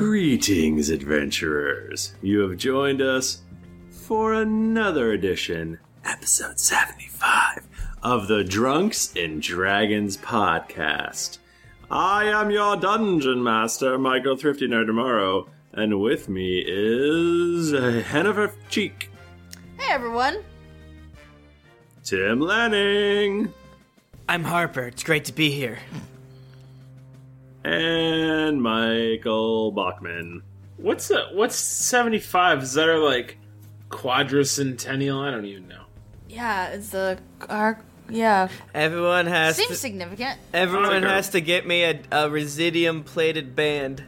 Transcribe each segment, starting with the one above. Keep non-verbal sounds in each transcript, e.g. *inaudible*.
Greetings, adventurers. You have joined us for another edition, episode 75 of the Drunks and Dragons podcast. I am your dungeon master, Michael Thrifty Nerdomaro, and with me is Hennifer Cheek, Hey everyone. Tim Lanning, I'm Harper. It's great to be here. and Michael Bachman. What's the what's seventy five? Is that our like quadricentennial? I don't even know. Yeah, it's the our yeah. Everyone has Seems to, significant. everyone Tiger. has to get me a, a residium plated band.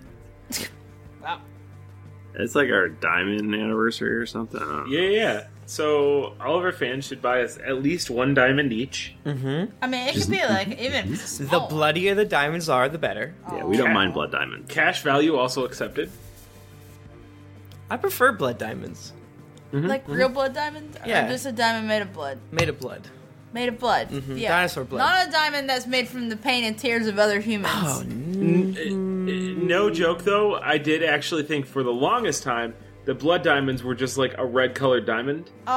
It's like our diamond anniversary or something. I don't know. Yeah, yeah, yeah. So all of our fans should buy us at least one diamond each. I mean, it could be like even The small. bloodier the diamonds are, the better. Yeah, we don't mind blood diamond. Cash value also accepted. I prefer blood diamonds. like real blood diamonds. Or Mm-hmm. Yeah. just a diamond made of blood. Made of blood. Made of blood. Yeah. Mm-hmm. Dinosaur blood. Not a diamond that's made from the pain and tears of other humans. Oh, n- eh, No joke though, I did actually think for the longest time the blood diamonds were just like a red colored diamond. Oh,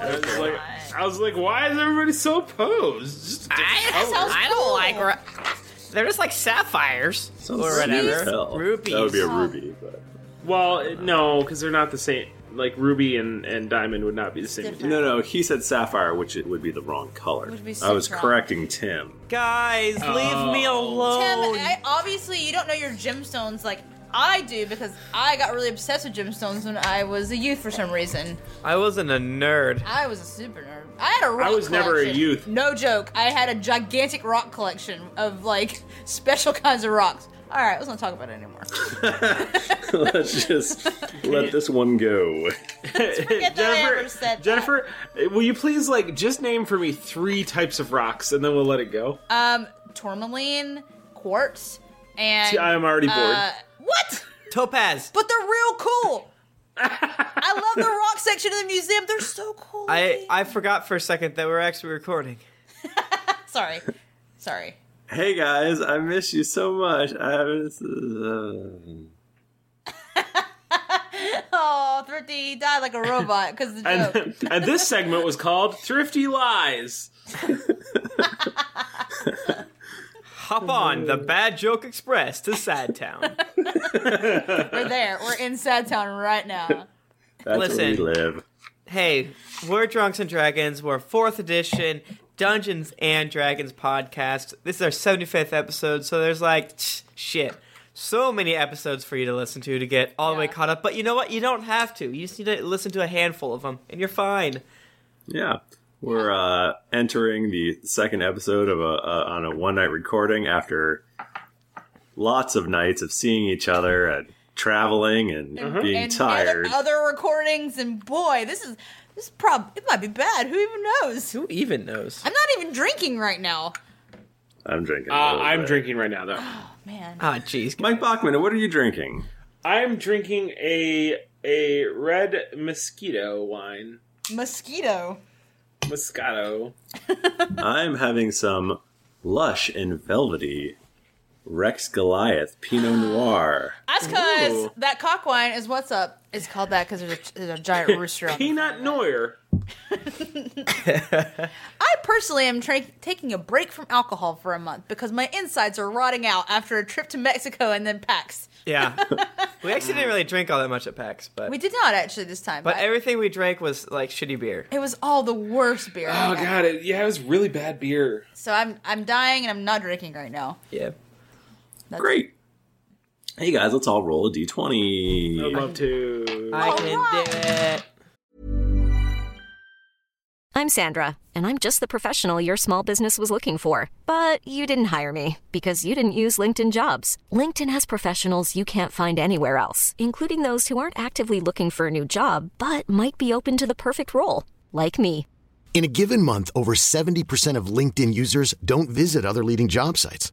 I was like, God. I was like, why is everybody so opposed? Just I, That sounds I don't cool. like. Ra- they're just like sapphires Sounds or sweet as whatever. hell. Rubies. That would be a ruby, but well, eh, no, because they're not the same. Like ruby and, and diamond would not be the same. different. no, no. He said sapphire, which it would be the wrong color. Would be I was citron. correcting *laughs* Tim. *laughs* Guys, leave me Oh. alone. Tim, I, obviously you don't know your gemstones like I do because I got really obsessed with gemstones when I was a youth for some reason. I wasn't a nerd. I was a super nerd. I had a rock I was never a collection. youth. No joke. I had a gigantic rock collection of like *laughs* special kinds of rocks. All right, let's not talk about it anymore. Let's just let this one go. forget that I ever said that. Jennifer, will you please like just name for me three types of rocks and then we'll let it go? Um, tourmaline, quartz, and See, I am already bored. uh, what? Topaz. But they're real *laughs* cool. I love the rock section of the museum. They're so cool. I I forgot for a second that we're actually recording. sorry, sorry. Hey guys, I miss you so much. I uh, haven't. Oh, thrifty died like a robot because the joke. and, and this segment was called Thrifty Lies. Hop on the Bad Joke Express to Sad Town. We're there. We're in Sad Town right now. *laughs* That's where we Listen. live. Hey, we're Drunks and Dragons. We're fourth edition Dungeons and Dragons podcast. This is our 75th episode, so there's like, tch, shit, so many episodes for you to listen to to get all the way Yeah. caught up. But you know what? You don't have to. You just need to listen to a handful of them, and you're fine. Yeah, we're uh, entering the second episode of a, a on a one night recording after lots of nights of seeing each other and traveling and being Mm-hmm. and tired. other, other recordings and boy this is this prob it might be bad who even knows Who even knows? i'm not even drinking right now I'm drinking. a Uh, little I'm bit. drinking right now, though. man Ah, jeez. Mike Bachman, what are you drinking? I'm drinking a a red mosquito wine, mosquito Moscato. I'm having some lush and velvety Rex Goliath Pinot Noir. that's because Ooh. that cock wine is what's up it's called that because there's, a- there's a giant rooster on it. Peanut Noir. i personally am tra- taking a break from alcohol for a month because my insides are rotting out after a trip to mexico and then pax *laughs* Yeah. we actually didn't really drink all that much at PAX, but we did not actually this time but I- everything we drank was like shitty beer. it was all the worst beer I Oh, had. God. It, yeah, it was really bad beer. so i'm i'm dying and i'm not drinking right now Yeah. *gasps* That's- Great. Hey guys, let's all roll a I'd d20. *laughs* love to. I Oh, can do it. I'm Sandra, and I'm just the professional your small business was looking for. But you didn't hire me because you didn't use LinkedIn jobs. LinkedIn has professionals you can't find anywhere else, including those who aren't actively looking for a new job but might be open to the perfect role, like me. In a given month, over 70% of LinkedIn users don't visit other leading job sites.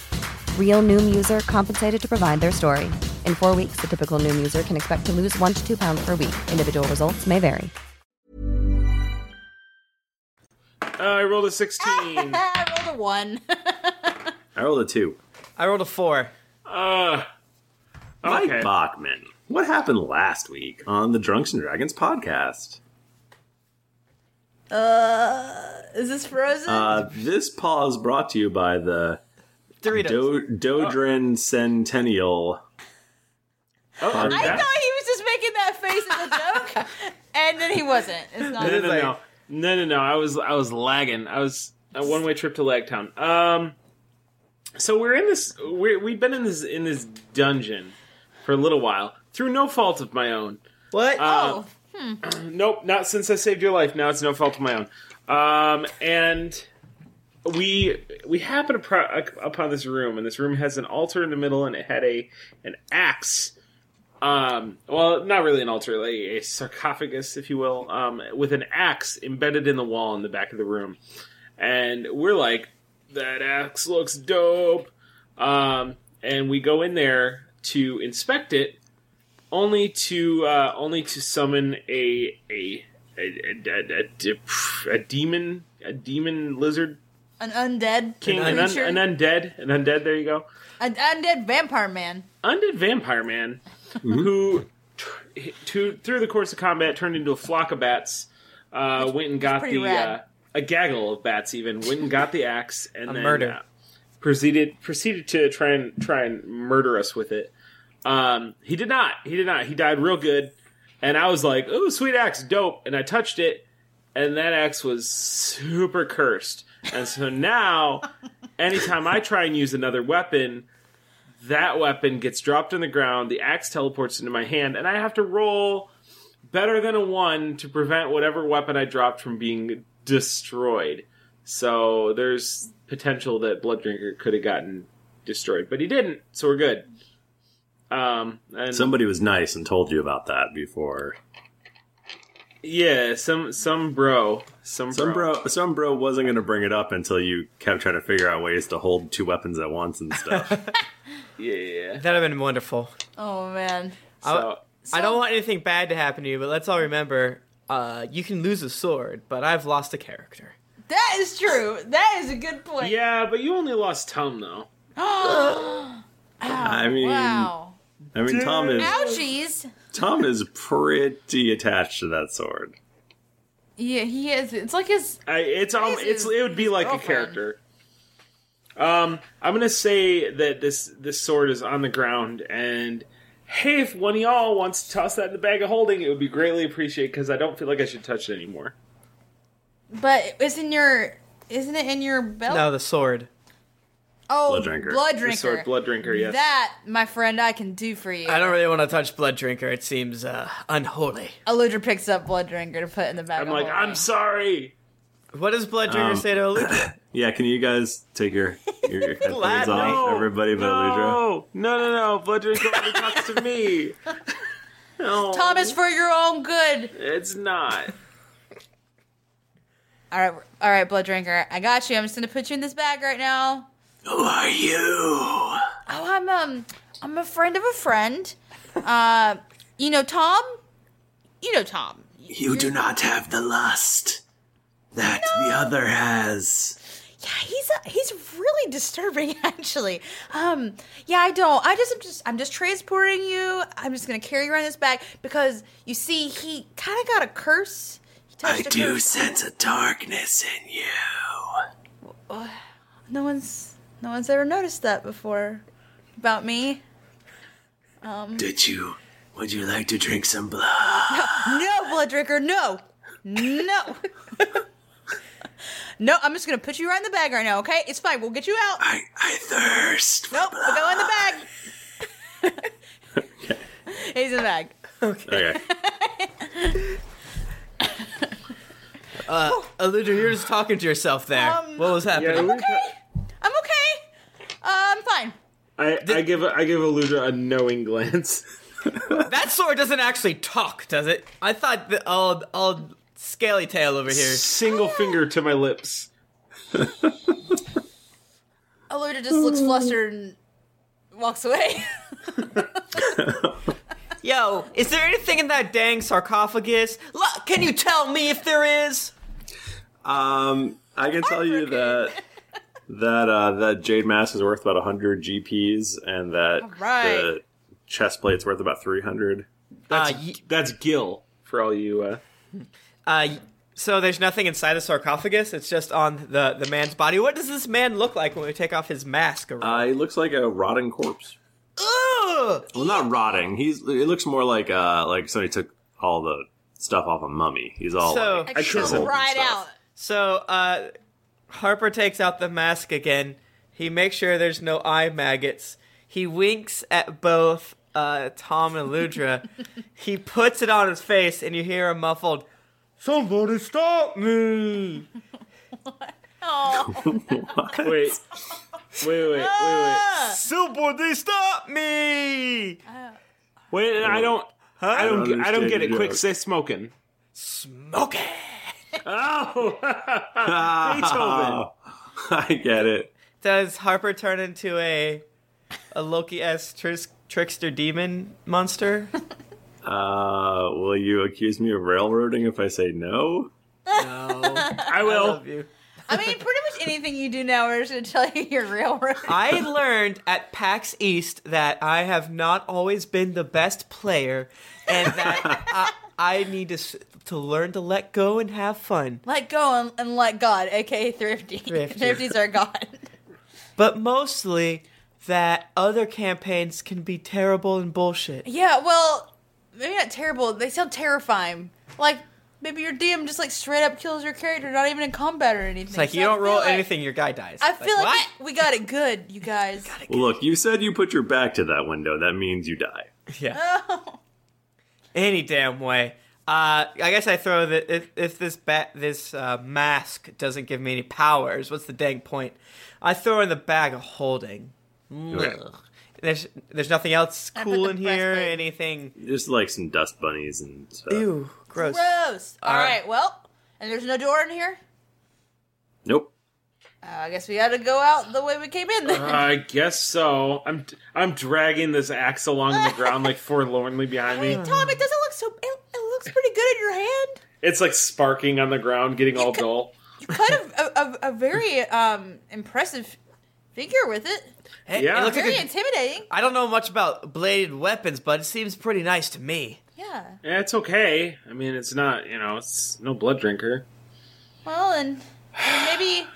Real Noom user compensated to provide their story. In four weeks, the typical Noom user can expect to lose one to two pounds per week. Individual results may vary. Uh, I rolled a *laughs* Uh, 16. I rolled a one. *laughs* I rolled a two. I rolled a four. Uh, Mike Bachman, what happened last week on the Drunks and Dragons podcast? uh, is this frozen? Uh, this pause brought to you by the Doritos. Do- Dodrin Centennial. oh, I thought he was just making that face as a joke, *laughs* and then he wasn't. It's not. no, no, no, no, no, no. I was, I was lagging. I was a one way trip to Lagtown. Um, so we're in this. We're, we've been in this in this dungeon for a little while through no fault of my own. What? Oh, Nope, not since I saved your life. Now it's no fault of my own. Um, and we we happen upon, upon this room, and this room has an altar in the middle, and it had a an axe. Um, well, not really an altar, like a sarcophagus, if you will, um, with an axe embedded in the wall in the back of the room, and we're like, that axe looks dope. Um, and we go in there to inspect it, only to uh, only to summon a a a, a, a, a de- a demon a demon lizard an undead king an, un, creature, an undead an undead there you go an undead vampire man. undead vampire man who tr- to, through the course of combat turned into a flock of bats uh, went and got pretty the rad. uh, a gaggle of bats even went and got the axe and A then murder. uh, proceeded proceeded to try and try and murder us with it um, he did not he did not he died real good and I was like ooh sweet axe dope and I touched it and that axe was super cursed and so now anytime I try and use another weapon that weapon gets dropped on the ground, the axe teleports into my hand, and I have to roll better than a one to prevent whatever weapon I dropped from being destroyed. So there's potential that Blood Drinker could have gotten destroyed, but he didn't, so we're good. Um, and Somebody was nice and told you about that before. yeah, some some bro, some Some bro. bro, some bro wasn't going to bring it up until you kept trying to figure out ways to hold two weapons at once *laughs* and Oh, stuff. yeah. That'd have been wonderful. Oh man. So I don't want anything bad to happen to you, but let's all remember uh, you can lose a sword, but I've lost a character. That is true. That is a good point. yeah, but you only lost Tom though. I mean, Wow. I mean, Tom is Ouchies. Tom is pretty attached to that sword. Yeah, he is. It's like his. I, it's um, This it's is it would be his like a girlfriend. character. Um, I'm gonna say that this this sword is on the ground, and hey, if one of y'all wants to toss that in the bag of holding, it would be greatly appreciated because I don't feel like I should touch it anymore. But it's in your. Isn't it in your belt? No, the sword. oh, Blood drinker. Blood The drinker. sword, blood drinker, yes. That, my friend, I can do for you. I don't really want to touch Blood Drinker. It seems uh, unholy. Eludra picks up blood drinker to put in the bag. I'm of like, holding. I'm sorry. What does Blood Drinker Um, say *coughs* to Aludra? Yeah, can you guys take your your, *laughs* your headphones off, everybody but Aludra? no, no, no, no. Blood Drinker only talks to *laughs* me. No, Thomas, for your own good. it's not. All right, all right, blood drinker. I got you. I'm just gonna put you in this bag right now. Who are you? Oh, I'm um, I'm a friend of a *laughs* friend. Uh, you know Tom. You know Tom. You do not have the lust that the other has. Yeah, he's a, he's really disturbing, *laughs* actually. Um, yeah, I don't. I just I'm just I'm just transporting you. I'm just gonna carry you around this bag because you see, he kind of got a curse. He I touched a do curse. sense a darkness in you. No one's no one's ever noticed that before about me. Um, Did you? Would you like to drink some blood? no, no, blood drinker, no, no, no. I'm just gonna put you right in the bag right now. Okay, it's fine. We'll get you out. I I thirst. Nope, we'll go in the bag. He's in the bag. Okay. Uh, Aludra, you're just talking to yourself there. what was happening? Yeah, okay. I'm okay. Uh, I'm fine. I, I give I give Aludra a knowing glance. *laughs* That sword doesn't actually talk, does it? I thought the old old scaly tail over here. Single finger to my lips. Aluda just looks flustered and walks away. Yo, is there anything in that dang sarcophagus? Look, can you tell me if there is? Um, I can tell you that that uh, that jade mask is worth about hundred GPS, and that right. the chest plate's worth about three hundred. Uh, y- That's Gil for all you. Uh, uh, y- so there's nothing inside the sarcophagus. It's just on the the man's body. What does this man look like when we take off his mask? Around? Uh, he looks like a rotting corpse. Uh, Ugh! Well, not rotting. He's it looks more like uh like somebody took all the stuff off a mummy. He's all So- *laughs* like, I chiseled and right stuff. out. So uh, Harper takes out the mask again. He makes sure there's no eye maggots. He winks at both uh, Tom and *laughs* Ludra. he puts it on his face, and you hear a muffled, "Somebody stop me!" wait, wait, wait, wait, wait. Ah! Somebody stop me! Wait, and I don't. I don't. get- I don't get it. Understand Quick, the say smoking. Smoke it. *laughs* Oh, *laughs* Beethoven. Ah, *laughs* I get it. Does Harper turn into a a Loki s tris- trickster demon monster? Uh, will you accuse me of railroading if I say no? I will. Love you. I mean, pretty much anything you do now, we're just gonna tell you *laughs* you're railroad. I learned at PAX East that I have not always been the best player, and that *laughs* I, I need to s- to learn to let go and have fun. Let go and, and let God, aka Thrifty. Thrifty. Thrifty's our God. But mostly that other campaigns can be terrible and bullshit. Yeah, well, maybe not terrible. They sound terrifying. Like maybe your DM just like straight up kills your character, not even in combat or anything. It's like you So I don't roll feel like- anything, your guy dies. I feel like, what? we, we got it good, *laughs* you guys. Well, look, you said you put your back to that window. That means you die. Yeah. Any damn way. Uh, I guess I throw that if, if this ba- this uh, mask doesn't give me any powers, what's the dang point? I throw in the bag of holding. Ugh. There's there's nothing else I put cool the in here. breastplate. Anything? Just like some dust bunnies and stuff. Ew, gross. Gross. All right. right. well, and there's no door in here. Nope. Uh, I guess we gotta go out the way we came in. Uh-huh. Then. I guess so. I'm. I'm dragging this axe along the ground like forlornly behind me. Tom, it doesn't look so. It, it looks pretty good in your hand. It's like sparking on the ground, getting all dull. You cut a, a, a very um impressive figure with it. Hey, Yeah. it looks like Very a, intimidating. I don't know much about bladed weapons, but it seems pretty nice to me. Yeah. Yeah, it's okay. I mean, it's not. You know, it's no blood drinker. Well, and, and maybe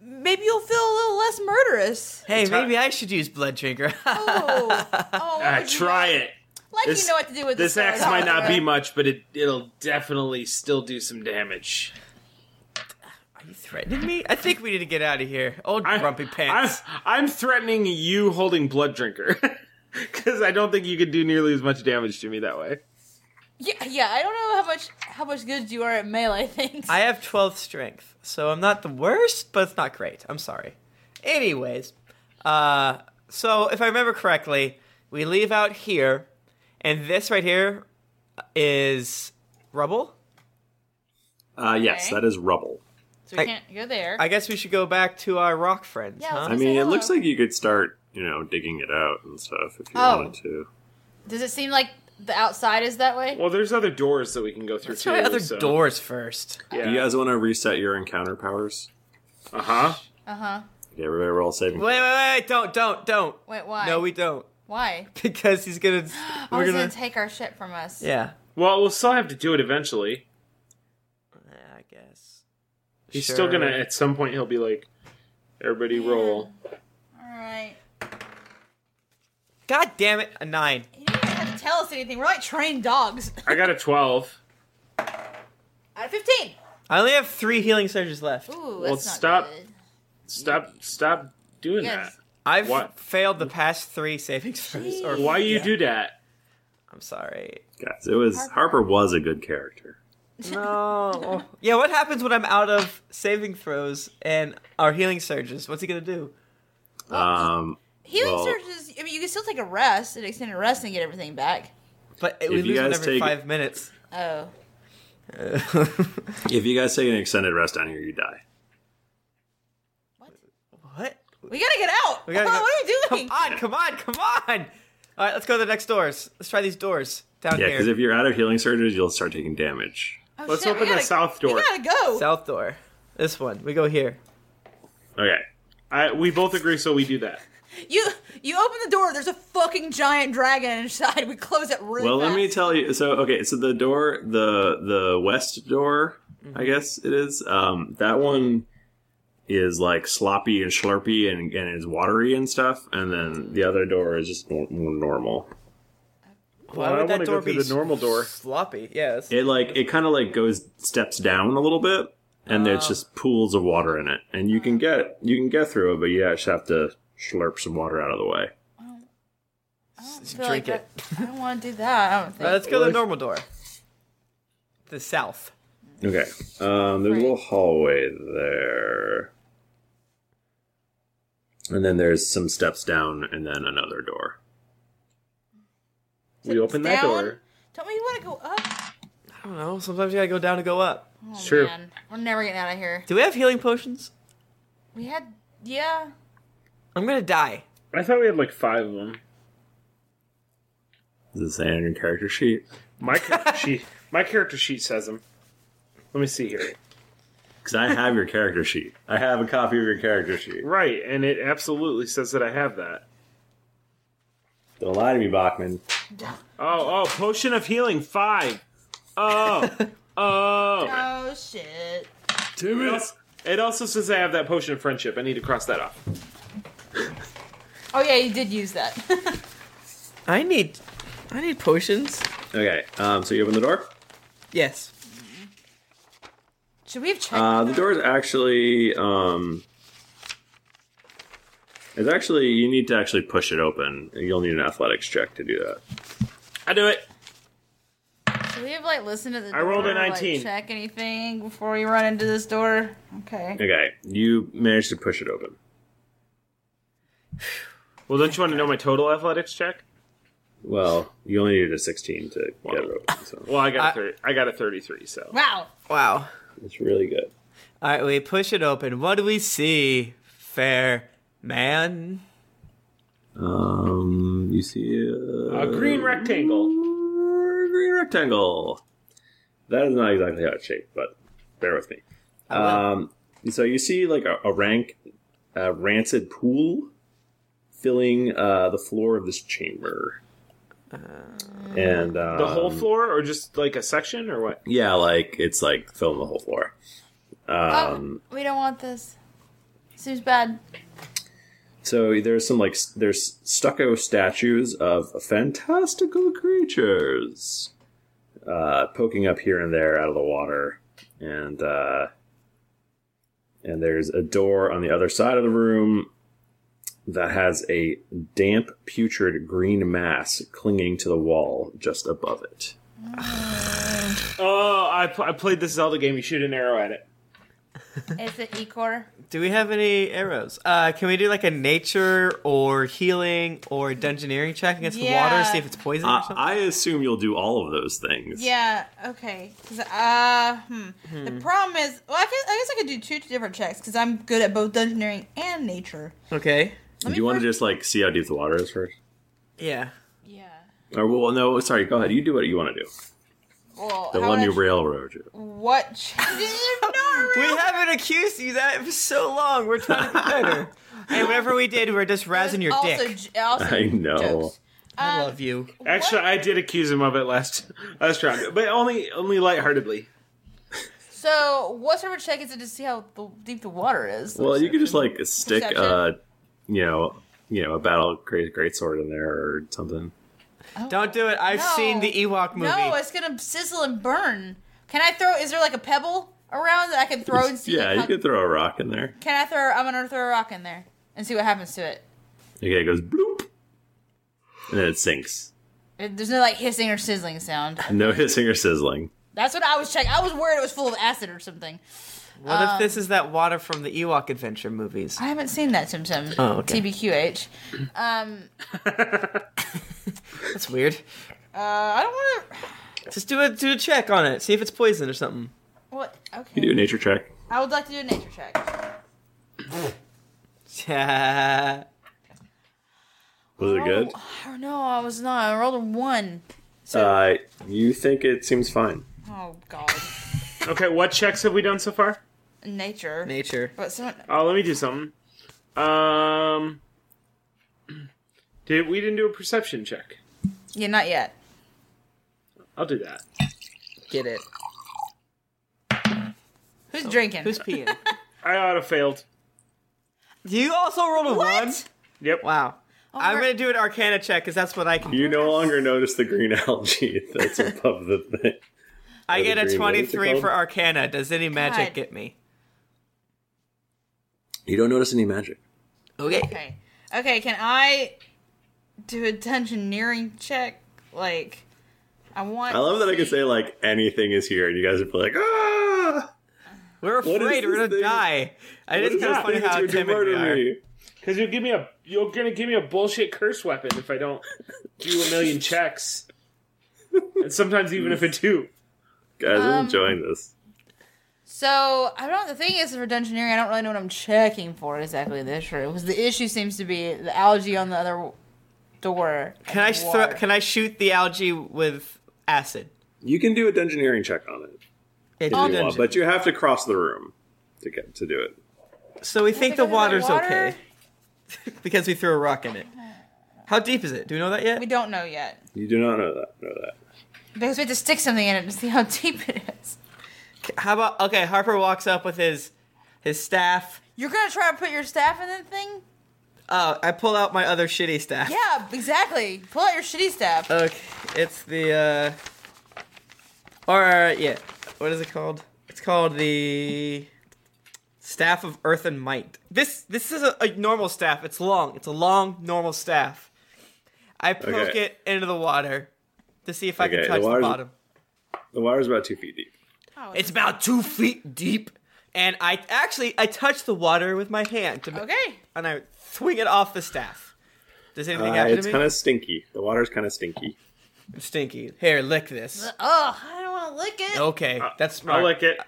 maybe you'll feel a little less murderous. Hey, maybe I should use blood drinker. *laughs* *laughs* Oh, oh Ah, would you try know? it. Like This- you know what to do with This sword, axe might not be *laughs* Oliver. much, but it it'll definitely still do some damage. Are you threatening me? I think we need to get out of here. Old I- grumpy pants. I'm, I'm threatening you *laughs* holding blood drinker because I don't think you could do nearly as much damage to me that way. *laughs* Yeah, yeah. I don't know how much how much good you are at melee *laughs* things. I have 12 strength, so I'm not the worst, but it's not great. I'm sorry. Anyways, uh, so if I remember correctly, we leave out here, and this right here is rubble. Uh, yes, Okay. that is rubble. so we I- can't go there. I guess we should go back to our rock friends, Yeah, huh? let's I mean, it looks like you could start, you know, digging it out and stuff if you Oh. wanted to. Does it seem like the outside is that way? Well, there's other doors that we can go through Let's too. try other so- doors first. Yeah. You guys want to reset your encounter powers? Uh huh. Uh huh. Okay, everybody roll saving. Wait, wait, wait! Don't, don't, don't. Wait, why? No, we don't, *laughs* Why? because he's gonna. *gasps* Oh, we're he's gonna. gonna take our shit from us. yeah, Well, we'll still have to do it eventually. I guess. He's Sure. still gonna at some point. He'll be like, "Everybody roll." All right. God damn it! A nine. You don't even have to tell us anything. We're like trained dogs. *laughs* I got a twelve. Out of fifteen. I only have three healing surges left. Ooh, Well, that's not stop. good. Stop! Stop doing Yes. I've What? failed the past three saving throws. Or that. Why you yeah. do that? I'm sorry. Guys, it was Harper was a good character. Oh. No. yeah, what happens when I'm out of saving throws and our healing surges? What's he gonna do? Um, Healing Well- surges. I mean, you can still take a rest, an extended rest, and get everything back. But If we you lose one guys every take- five minutes. Oh, if you guys take an extended rest down here, you die. What? we gotta get out. We gotta go- Oh, *laughs* what are we doing? Come on! Come on! Come on! All right, let's go to the next doors. Let's try these doors down Yeah, because here. if you're out of healing surges, you'll start taking damage. Oh, Let's shit, we open the gotta- south door. We gotta go. South door. This one. We go here. Okay. I, we both agree, so we do that. You you open the door. There's a fucking giant dragon inside. We close it really Well, let me fast. tell you. So, okay, so the door, the the west door, I guess it is. Um, that one is like sloppy and slurpy and and is watery and stuff. And then the other door is just nor- more normal. Why Well, I would that wanna go door through be the normal door. Sloppy. Yeah. that's- It like it kind of like goes steps down a little bit, and there's just pools of water in it, and you can get you can get through it, but you just have to slurp some water out of the way. I feel Drink like it. that- I don't want to do that. I don't All right, think. let's go to the normal door. The south. Okay. Um, there's a little hallway there. And then there's some steps down and then another door. We open that down? door. Don't we want to go up? I don't know. Sometimes you gotta go down to go up. It's true. Oh, Man, we're never getting out of here. Do we have healing potions? We had yeah. I'm gonna die. I thought we had like five of them. Does it say on your character sheet? My *laughs* character sheet. My character sheet says them. Let me see here. Because I have your character sheet. I have a copy of your character sheet. Right, and it absolutely says that I have that. Don't lie to me, Bachman. Oh, oh, potion of healing five. Oh, *laughs* oh. Oh shit. Two minutes. It also says I have that potion of friendship. I need to cross that off. Oh yeah, you did use that. *laughs* I need, I need potions. Okay. Um, so you open the door. Yes. Should we have checked? Uh, the door is actually. Um, it's actually. You need to actually push it open. You'll need an athletics check to do that. I do it. Should we have like listened to the? I rolled a door, like, 19. check anything before we run into this door? Okay. Okay. You managed to push it open. Well, don't you want to know my total athletics check? Well, you only needed a 16 to get it open, so Well, I got I- a thirty. I got a thirty-three. So Wow. Wow. it's really good. All right, we push it open. What do we see, fair man? Um, you see a, a green rectangle. green rectangle. That is not exactly how it's shaped, but bear with me. Um, so you see like a, a rank, a rancid pool filling uh, the floor of this chamber, and um, The whole floor, or just like a section, or what? Yeah, like it's like filling the whole floor. Um, oh, we don't want this. Seems bad. So there's some like s- there's stucco statues of fantastical creatures uh, poking up here and there out of the water, and uh, and there's a door on the other side of the room that has a damp, putrid green mass clinging to the wall just above it. Oh, I, pl- I played this Zelda game. You shoot an arrow at it. Is it Ecor? Do we have any arrows? Uh, can we do like a nature or healing or dungeoneering check against the water, Yeah. see if it's poison or Uh, something? I assume you'll do all of those things. Yeah. Okay. 'Cause, uh, hmm. The Hmm. problem is, well, I guess I, guess I could do two different checks because I'm good at both dungeoneering and nature. Okay. Do you want to just like see how deep the water is first? Yeah. Or well, no, sorry. Go ahead. You do what you want to do. Well, The how one would you I- railroad you. What? Ch- *laughs* *laughs* we haven't accused you that for so long. We're trying to be better. *laughs* and whatever we did, we're just razzing your also, um, dick. *laughs* j- also, I know. I love you. Actually, I did accuse him of it last last round, but only only lightheartedly. so what sort of check is it to see how the, deep the water is? Well, you could just like stick Perception. a, you know, you know, a battle great great sword in there or something. Don't do it. I've oh, No. seen the Ewok movie. No, it's gonna sizzle and burn. Can I throw? Is there like a pebble around that I can throw and see? yeah, how- you could throw a rock in there. Can I throw? I'm gonna throw a rock in there and see what happens to it. Okay, it goes bloop, and then it sinks. It- There's no like hissing or sizzling sound. No *laughs* hissing or sizzling. That's what I was checking. I was worried it was full of acid or something. what if Um, this is that water from the Ewok adventure movies? I haven't seen that, Tim Tim. Oh, okay. TBQH. Um, That's weird. uh, I don't want to. Just do a do a check on it. See if it's poison or something. What? Okay. You do a nature check. I would like to do a nature check. Yeah. Was it good? I don't know. Oh, I was not. I rolled a one. Uh, you think it seems fine. Oh God. Okay, what checks have we done so far? Nature. Nature. But someone. Oh, let me do something. Um, did we didn't do a perception check? Yeah, not yet. I'll do that. Get it? Oh. Who's drinking? Who's peeing? I ought have failed. You also rolled a one. Yep. Wow. I'm gonna do an Arcana check because that's what I can. You no longer notice the green *laughs* algae that's above the thing. I Or the get a green- what is it 23 called? for Arcana. Does any magic God. get me? You don't notice any magic. Okay. Okay. Okay. Can I do a dungeoneering check? Like, I want. I love that I can say like anything is here, and you guys would be like, ah! We're What is afraid this we're gonna thing? die. I What just is kind this of funny thing that's how going to timid we murder are. me? Because you'll give me a you're gonna give me a bullshit curse weapon if I don't do a million checks, and sometimes even if I do. Guys, I'm enjoying this. So I don't. The thing is, for dungeoneering, I don't really know what I'm checking for exactly this year. Because the issue seems to be the algae on the other w- door. Can I throw, can I shoot the algae with acid? You can do a dungeoneering check on it if It's you want, but you have to cross the room to get to do it. so we think the because of the water's water? okay *laughs* because we threw a rock in it. How deep is it? Do we know that yet? We don't know yet You do not know that. Know that. because we have to stick something in it to see how *laughs* deep it is. How about okay? Harper walks up with his his staff. You're gonna try to put your staff in that thing? Uh, I pull out my other shitty staff. Yeah, exactly. Pull out your shitty staff. Okay, it's the uh, or yeah, what is it called? It's called the staff of earth and might. This this is a, a normal staff. It's long. It's a long normal staff. I poke Okay. it into the water to see if I Okay, can the touch the, water's- bottom. The water's about two feet deep. It's about two feet deep, and I actually I touch the water with my hand, to, Okay. and I swing it off the staff. Does anything Uh, happen it's to me? kind of stinky. The water's kind of stinky. It's stinky. Here, lick this. Ugh, I don't want to lick it. Okay, that's smart. Uh, I'll lick it.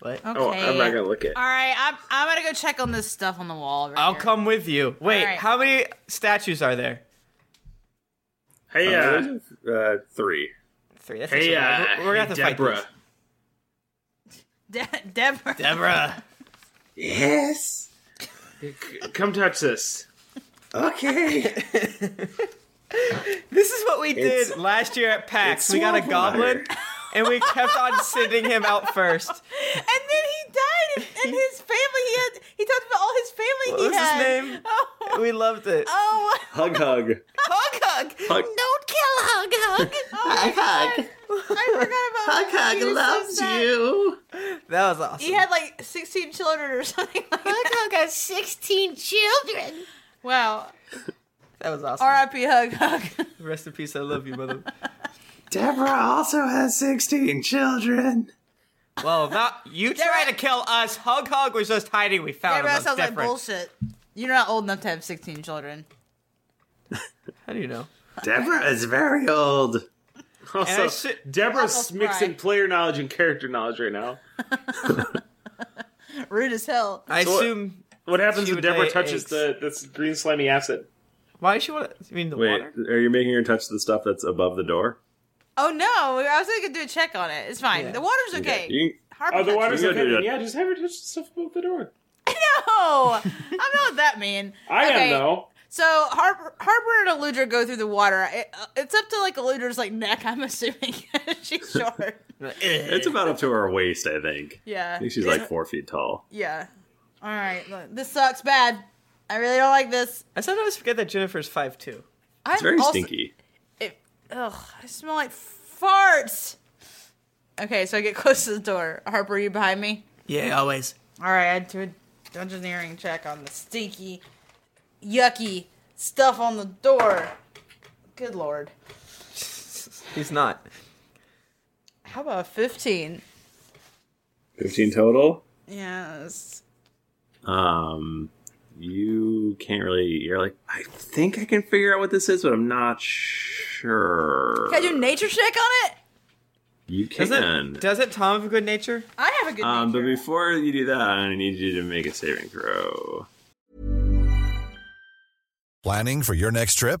What? Oh, I'm not gonna lick it. All right, I'm, I'm gonna go check on this stuff on the wall. Right I'll here. come with you. Wait, Alright. how many statues are there? Hey, Uh, uh, there's, uh, three. Three. That's hey, uh, actually- we're, we're gonna have to hey, Deborah. fight De- Deborah. *laughs* these. Deborah. Yes. C- Come touch this. *laughs* Okay. This is what we It's- did last year at PAX. it's We got a swamp goblin, water. and we kept on sending him out *laughs* first. and then he died, and, and his family. He had. He talked about all his family. What he was his had. name? Oh, We loved it. oh, hug, hug. hug, hug. Hug. Don't kill hug, hug. Oh my Hug, God. I forgot about hug, hug. loves you. That was awesome. He had like sixteen children or something. Like hug, hug has sixteen children. Wow. That was awesome. R.I.P. Hug Hug. Rest in peace. I love you, mother. Deborah also has 16 children. Well, not you tried to kill us. Hug Hug was just hiding. We found That him. That's sounds like different. bullshit. You're not old enough to have 16 children. How do you know? Deborah is very old. *laughs* Also, I should- Deborah's Almost mixing right. player knowledge and character knowledge right now. Rude as hell. I So what- assume. What happens She if would Deborah lay touches eggs. the this green slimy acid? Why does she want? To, you mean the Wait, water? are you making her touch the stuff that's above the door? Oh no, I was gonna do a check on it. It's fine. The water's okay. You, Oh, Harper the touched water's You gotta okay. do then that. Yeah, just have her touch the stuff above the door. No, I'm not that *laughs* mean. I Okay, am though. So Harper, Harper and Aludra go through the water. It, uh, it's up to like Aludra's like neck. I'm assuming *laughs* she's short. *laughs* it's about up to her waist, I think. Yeah. I think she's like four feet tall. Yeah. All right. look, This sucks bad. I really don't like this. I sometimes forget that Jennifer's five two. I'm It's very stinky. It, ugh, I smell like farts. Okay, so I get *laughs* close to the door. Harper, are you behind me? Yeah, always. All right, I do a dungeoneering check on the stinky, yucky stuff on the door. Good lord. He's not. How about a 15? 15 total. Yes. Um, you can't really. You're like, I think I can figure out what this is, but I'm not sure. Can I do nature check on it? you Does can. it? Does it? Tom have a good nature? I have a good um, but nature. before you do that, I need you to make a saving throw. Planning for your next trip?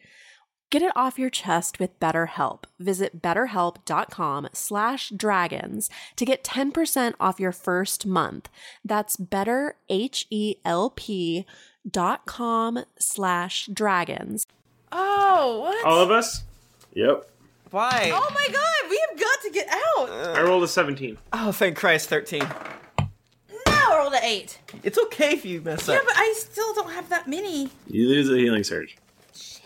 Get it off your chest with BetterHelp. Visit betterhelp.com slash dragons to get 10% off your first month. That's betterhelp.com slash dragons. Oh, what? All of us? Yep. Why? Oh my god, we have got to get out. I rolled a 17. Oh, thank Christ, 13. now I rolled an eight. It's okay if you mess yeah, up. but I still don't have that many. You lose a healing surge. Shit.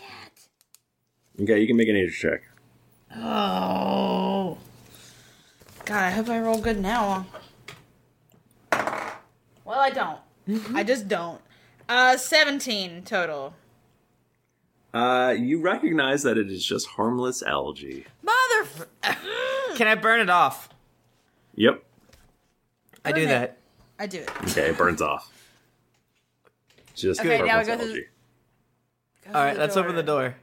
Okay, you can make an nature check. Oh. God, I hope I roll good now. Well, I don't. I just don't. Uh, 17 total. Uh, you recognize that it is just harmless algae. Mother. Can I burn it off? Yep. I do that. I do it. Okay, it burns off. Just Okay, now harmless we go through- algae. All right, let's open the door.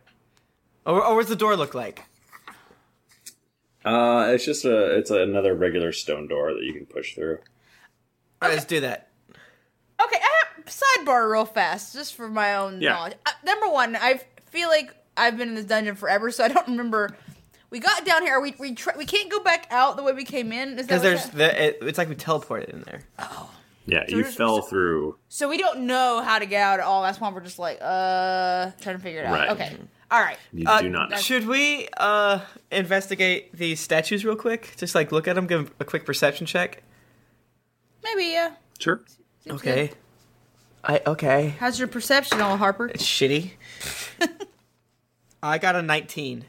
Or, or what's the door look like? Uh, it's just a it's another regular stone door that you can push through. All right, let's do that. Okay, I have sidebar real fast, just for my own Yeah. knowledge. Uh, number one, I feel like I've been in this dungeon forever, *laughs* so I don't remember. We got down here. We we tra- we can't go back out the way we came in. Is that Because what there's that- the, it, it's like we teleported in there. Yeah, So you we're just- fell through. so we don't know how to get out at all. That's why we're just like uh trying to figure it out. Right. Okay, all right. You Uh, do not know. Should we uh, investigate these statues real quick? Just like look at them, give 'em a quick perception check. Maybe uh, yeah. Sure. Okay. I okay. How's your perception, all Harper? It's shitty. *laughs* I got a 19.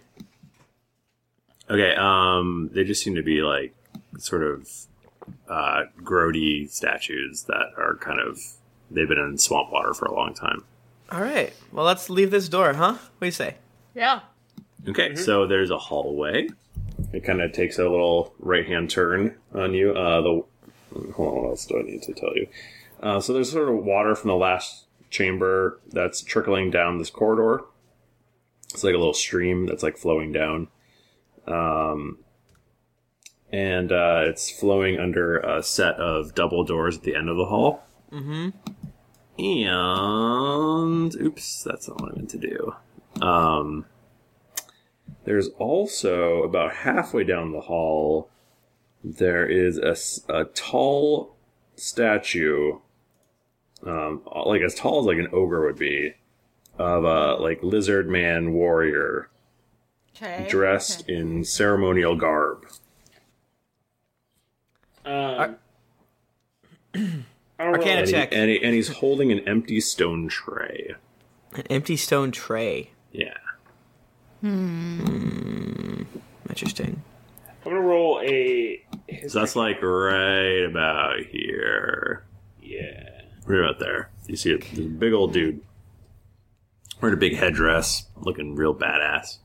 Okay, um, they just seem to be like sort of uh, grody statues that are kind of they've been in swamp water for a long time. All right. Well, let's leave this door, huh? What do you say? Yeah. Okay, so there's a hallway. It kind of takes a little right hand turn on you. Uh, the hold on, what else do I need to tell you? Uh, so there's sort of water from the last chamber that's trickling down this corridor. It's like a little stream that's like flowing down, um, and uh, it's flowing under a set of double doors at the end of the hall. Mm-hmm. And oops, that's not what I meant to do. Um, there's also about halfway down the hall, there is a, s- a tall statue, um, like as tall as like an ogre would be, of a like lizard man warrior Okay. dressed in ceremonial garb. Um, I Arcana and he- check. and, he, and he's holding an empty stone tray. An empty stone tray. Yeah. Interesting. I'm gonna roll a. So that's like right about here. Yeah. Right about there. You see it, this big old dude wearing a big headdress, looking real badass.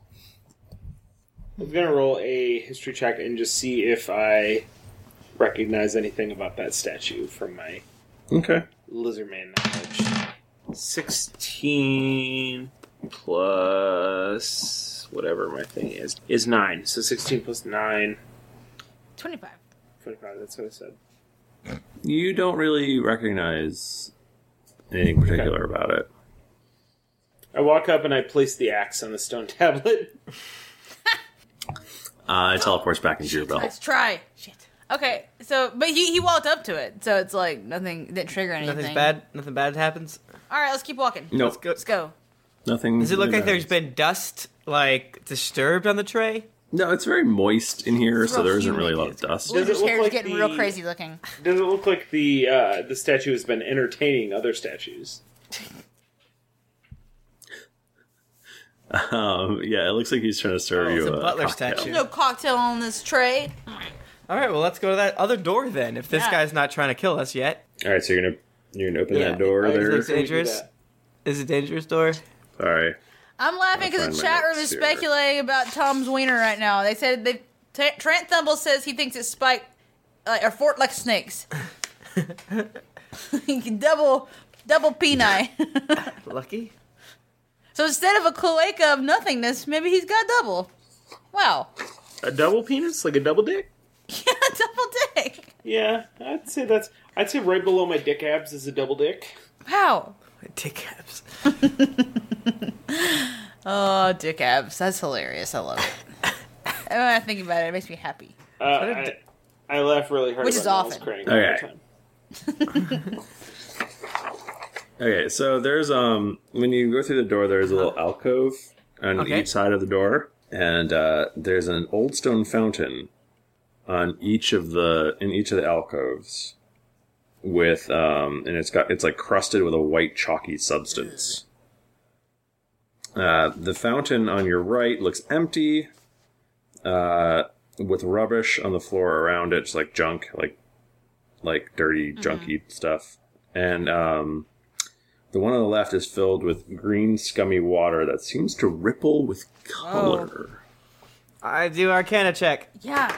I'm gonna roll a history check and just see if I recognize anything about that statue from my Okay. Lizardman knowledge. Sixteen plus whatever my thing is is nine. So sixteen plus nine. 25. Twenty-five. That's what I said. You don't really recognize anything particular about it. I walk up and I place the axe on the stone *laughs* tablet. Uh, it teleports back into your belt. Let's try. Shit. Okay, so but he he walked up to it, so it's like nothing didn't trigger anything. Nothing bad. Nothing bad happens. All right, let's keep walking. No. Let's go. Let's go. Nothing. Does it look really like there's been dust, like disturbed on the tray? No, it's very moist in here, It's so real there isn't really a humid. lot of dust. Does it His look hair's like getting the- real crazy looking. Does it look like the uh, the statue has been entertaining other statues? Um, yeah, it looks like he's trying to serve Oh, you it's a a, butler Uh, cocktail. statue. *laughs* No cocktail on this tray. All right. Well, let's go to that other door then. If this Yeah. guy's not trying to kill us yet. All right, so you're gonna you're gonna open Yeah. that door Oh, Is it there. dangerous? Is it dangerous door? Sorry. I'm laughing because find the my chat notes room is here. speculating about Tom's wiener right now. They said they T- Trent Thumble says he thinks it's spiked like or forked like snakes. *laughs* He can double double peni. Lucky. *laughs* so instead of a cloaca of nothingness, maybe he's got double. Wow, *laughs* A double penis, like a double dick? yeah, double dick. Yeah, I'd say that's. I'd say right below my dick abs is a double dick. Wow. Dick abs. Oh, dick abs. That's hilarious. I love *laughs* it. when I think about it, it makes me happy. Uh, I, I laugh really hard. Which is about Niles often. Crane Okay. all the time. Okay, so there's um when you go through the door, there's a little alcove on Okay. each side of the door, and uh, there's an old stone fountain on each of the in each of the alcoves with um and it's got it's like crusted with a white chalky substance. Uh, the fountain on your right looks empty, uh, with rubbish on the floor around it, just like junk, like like dirty, junky stuff, and um. The one on the left is filled with green, scummy water that seems to ripple with color. I do Arcana check. Yeah.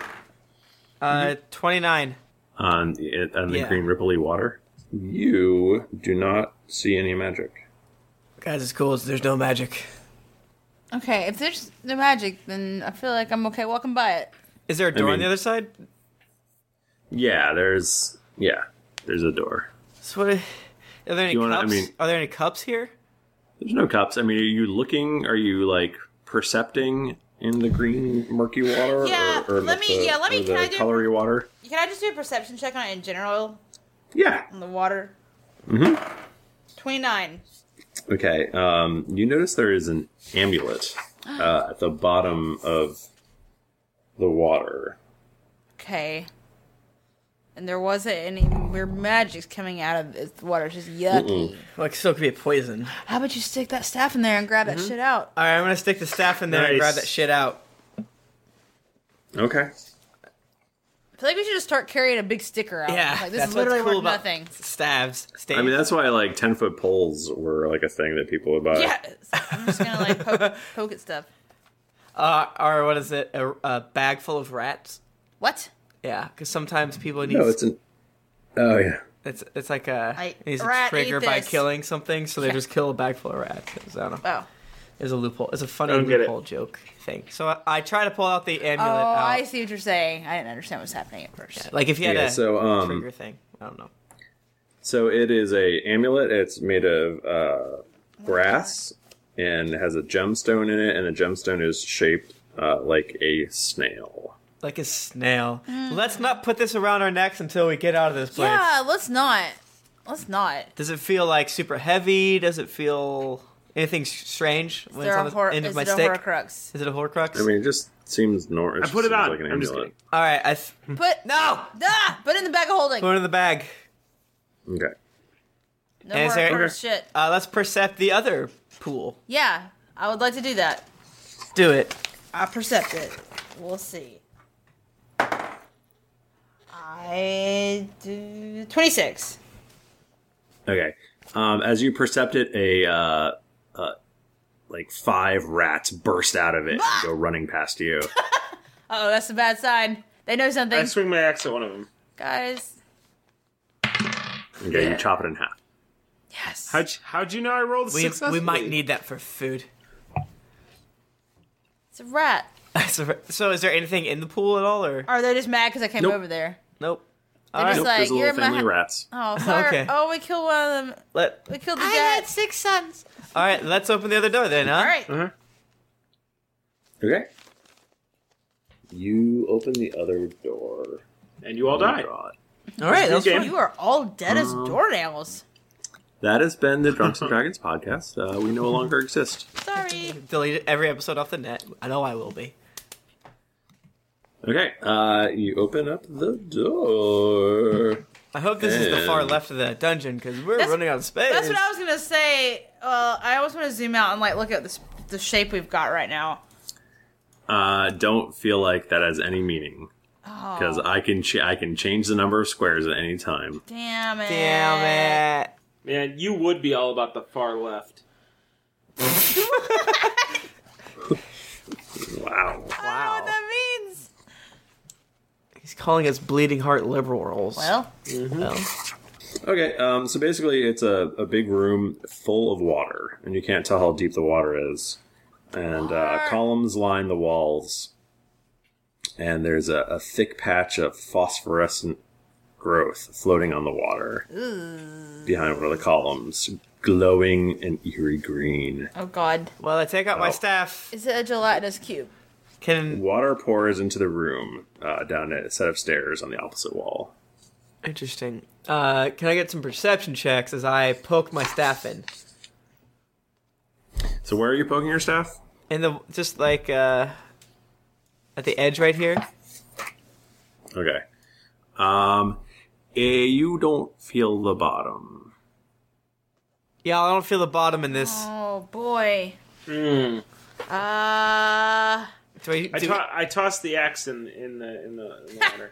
Uh, twenty-nine. On, it- on the Yeah. green, ripply water. You do not see any magic. Guys, it's cool. There's no magic. Okay, if there's no magic, then I feel like I'm okay walking by it. Is there a I door on mean- the other side? Yeah, there's. Yeah, there's a door. So what? Are there any You cups? wanna- I mean- are there any cups here? There's no cups. I mean, are you looking? Are you, like, percepting in the green, murky water? Yeah, or, or let the, me- yeah, let me- or can the I do- colory water? Can I just do a perception check on it in general? Yeah. On the water? Mm-hmm. hmm 29. Okay. Um, you notice there is an amulet uh, at the bottom of the water. Okay. And there wasn't any weird magic coming out of this water. It's just yucky. Well, it still could be a poison. How about you stick that staff in there and grab Mm-hmm. that shit out? All right, I'm gonna stick the staff in there and Nice. grab that shit out. Okay. I feel like we should just start carrying a big sticker out. Yeah, Like, this that's is literally what's cool worth about nothing. Staves. Staves. I mean, that's why like ten foot poles were like a thing that people would buy. Yes. I'm just gonna *laughs* like poke, poke at stuff. Uh, or what is it? A, a bag full of rats? What? Yeah, because sometimes people need. No, it's an. Oh yeah. It's it's like a I- it needs to rat trigger ate by this. killing something, so they just kill a bag full of rats. I don't know. Oh. There's a loophole. It's a funny Don't get it. loophole joke thing. So I, I try to pull out the oh, amulet. out. I see what you're saying. I didn't understand what was happening at first. Like if you had Yeah, a so, um, trigger thing, I don't know. So it is a amulet. It's made of uh, brass and has a gemstone in it, and the gemstone is shaped uh, like a snail. Like a snail. Let's not put this around our necks until we get out of this place. Mm. Yeah, let's not. Let's not. Does it feel like super heavy? Does it feel anything s- strange Is there a hor- is it a horcrux? Is it a horcrux? I mean, it just seems normal. I put it seems on. Like an I'm just amulet. All right, I th- Hmm. Put no. Ah, put it in the bag of holding. put it in the bag. Okay. No more horcrux shit. Uh, let's percept the other pool. Yeah, I would like to do that. Do it. I percept it. We'll see. I do twenty six. Okay. Um, as you percept it, a uh, uh, like five rats burst out of it *laughs* and go running past you. Oh, that's a bad sign. They know something. I swing my axe at one of them. Guys, *laughs* Okay, you chop it in half. Yes. How'd, how'd you know I rolled We, successfully? we might need that for food. it's a rat. *laughs* so, so is there anything in the pool at all, or Are they just mad because I came Nope. over there? nope? They're All right. just like, you're in my hou- rats. *laughs* Oh, sorry. Okay. Oh, we killed one of them. Let, We killed the I dad. had six sons. all right, let's open the other door then, huh? All right. Okay. You open the other door, Oh and you all die. All right, that was fun. You are all dead as Uh-huh. Um, door nails. That has been the Drunks and Dragons *laughs* podcast. Uh, we no longer exist. Sorry. Deleted every episode off the net. I know I will be. Okay. Uh, you open up the door. I hope this is the far And- left of the dungeon because we're That's- running out of space. *laughs* That's what I was gonna say. Uh, I always want to zoom out and like look at this the shape we've got right now. Uh, don't feel like that has any meaning because Oh, I can ch- I can change the number of squares at any time. damn it! Damn it. Man, you would be all about the far left. Wow. Wow. That means He's calling us bleeding heart liberals. Well. Well. Okay, um, so basically, it's a, a big room full of water, and you can't tell how deep the water is. And uh, columns line the walls, and there's a, a thick patch of phosphorescent growth floating on the water behind one of the columns, glowing an eerie green. Oh God. Well, I take out my Oh. staff. Is it a gelatinous cube? Can water pours into the room uh, down a set of stairs on the opposite wall? Interesting. Uh, can I get some perception checks as I poke my staff in? So where are you poking your staff? In the just like uh, at the edge right here. Okay. Um, eh, you don't feel the bottom. Yeah, I don't feel the bottom in this. Oh boy. Mm. Uh. Do I, to- I tossed the axe in, in the in the in the water.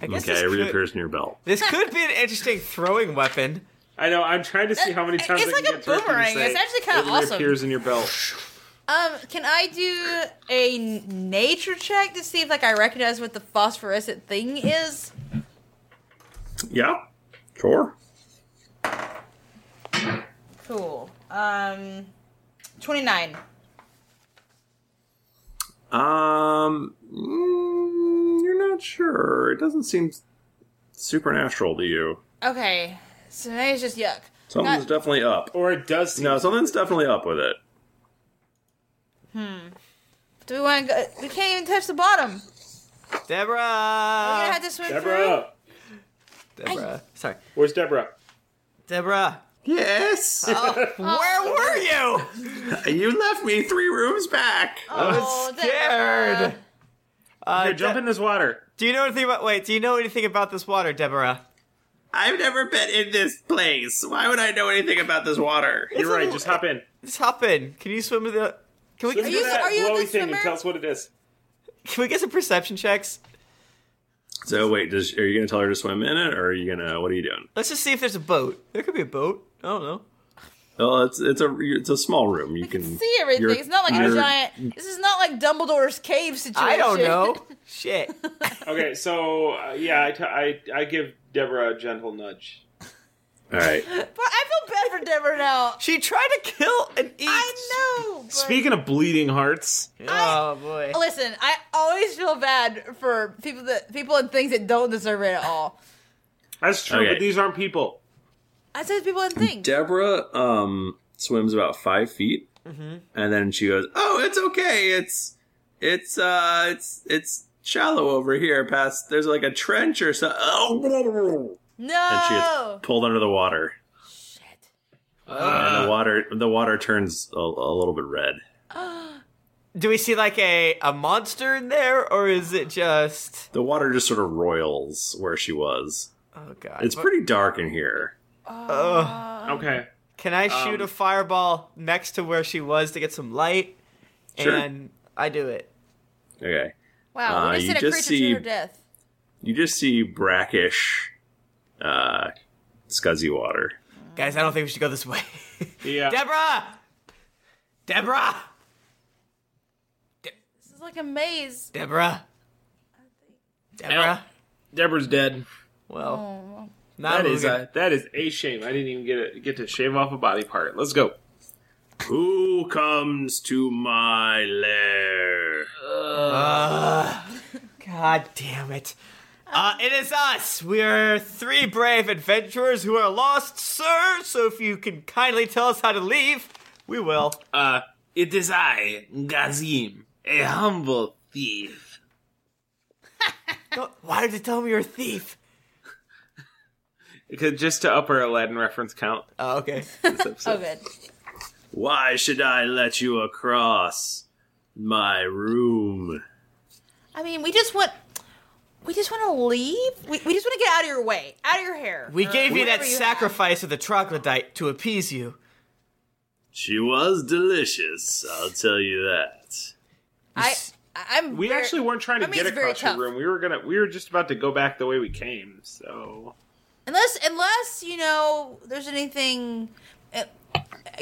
I guess Okay, this it could- reappears in your belt. This could be an interesting throwing weapon. I know. I'm trying to see how many times it's I can like a get through it to boomerang. say It's actually kinda it awesome. reappears in your belt. Um, can I do a n- nature check to see if like I recognize what the phosphorescent thing is? Yeah. Sure. Cool. Um, twenty nine. Um, mm, you're not sure. It doesn't seem supernatural to you. Okay, so maybe it's just yuck. Something's Not- definitely up. Or it does. No, something's definitely up with it. hmm. Do we want to go? We can't even touch the bottom. Deborah. We're gonna have to swim Uh, Deborah. Deborah. Sorry. Where's Deborah? Deborah. Yes. Oh. where were you? You left me three rooms back. Oh. I was scared. Uh, Here, Uh, jump in this water. Do you know anything about? Wait, do you know anything about this water, Deborah? I've never been in this place. Why would I know anything about this water? You're right, just hop in. Just hop in. Can you swim with the? Can we? Swim to that glowy thing and swimmer? tell us what it is. Can we get some perception checks? So wait, does, are you gonna tell her to swim in it, or are you gonna? What are you doing? Let's just see if there's a boat. There could be a boat. I don't know. Well, it's it's a it's a small room. You can, See everything. you're- It's not like a you're- giant. This is not like Dumbledore's cave situation. I don't know. Shit. Okay, so uh, yeah, I, t- I I give Deborah a gentle nudge. All right. *laughs* but I feel bad for Deborah now. She tried to kill and eat. I know. but- Speaking of bleeding hearts, oh boy. Listen, I always feel bad for people that people and things that don't deserve it at all. That's true, Okay. but these aren't people. I said people and things. Deborah um swims about five feet, Mm-hmm. and then she goes, "Oh, it's okay. It's it's uh it's it's shallow over here. Past there's like a trench or something." Oh, and she No. gets pulled under the water, and the water the water turns a, a little bit red. Do we see like a a monster in there, or is it just? The water just sort of roils where she was. Oh god, It's pretty dark in here. Ugh. Okay. Can I shoot Um, a fireball next to where she was to get some light? Sure. And I do it. Okay. Wow, Uh, we just you did a just creature see- to her death. You just see brackish, uh, scuzzy water. Guys, I don't think we should go this way. *laughs* Yeah. Deborah! Deborah! This is like a maze. Deborah. Deborah. Deborah's dead. Well, Oh. Now that we is uh, can- a, that is a shame. I didn't even get a, get to shave off a body part. Let's go. Who comes to my lair? God damn it. Uh, it is us. We're three brave adventurers who are lost, sir. So if you can kindly tell us how to leave, we will. Uh, it is I, Gazim, a humble thief. Why did you tell me you're a thief? Because just to up our Aladdin reference count. Oh, okay. oh, good. Why should I let you across my room? I mean, we just want. We just want to leave. We, we just want to get out of your way, out of your hair. We *laughs* gave you that Whatever sacrifice of the troglodyte to appease you. She was delicious, I'll tell you that. I, I'm. We very- actually weren't trying to I mean, get it's very across your tough. room. We were gonna. We were just about to go back the way we came. So Unless, unless you know, there's anything uh,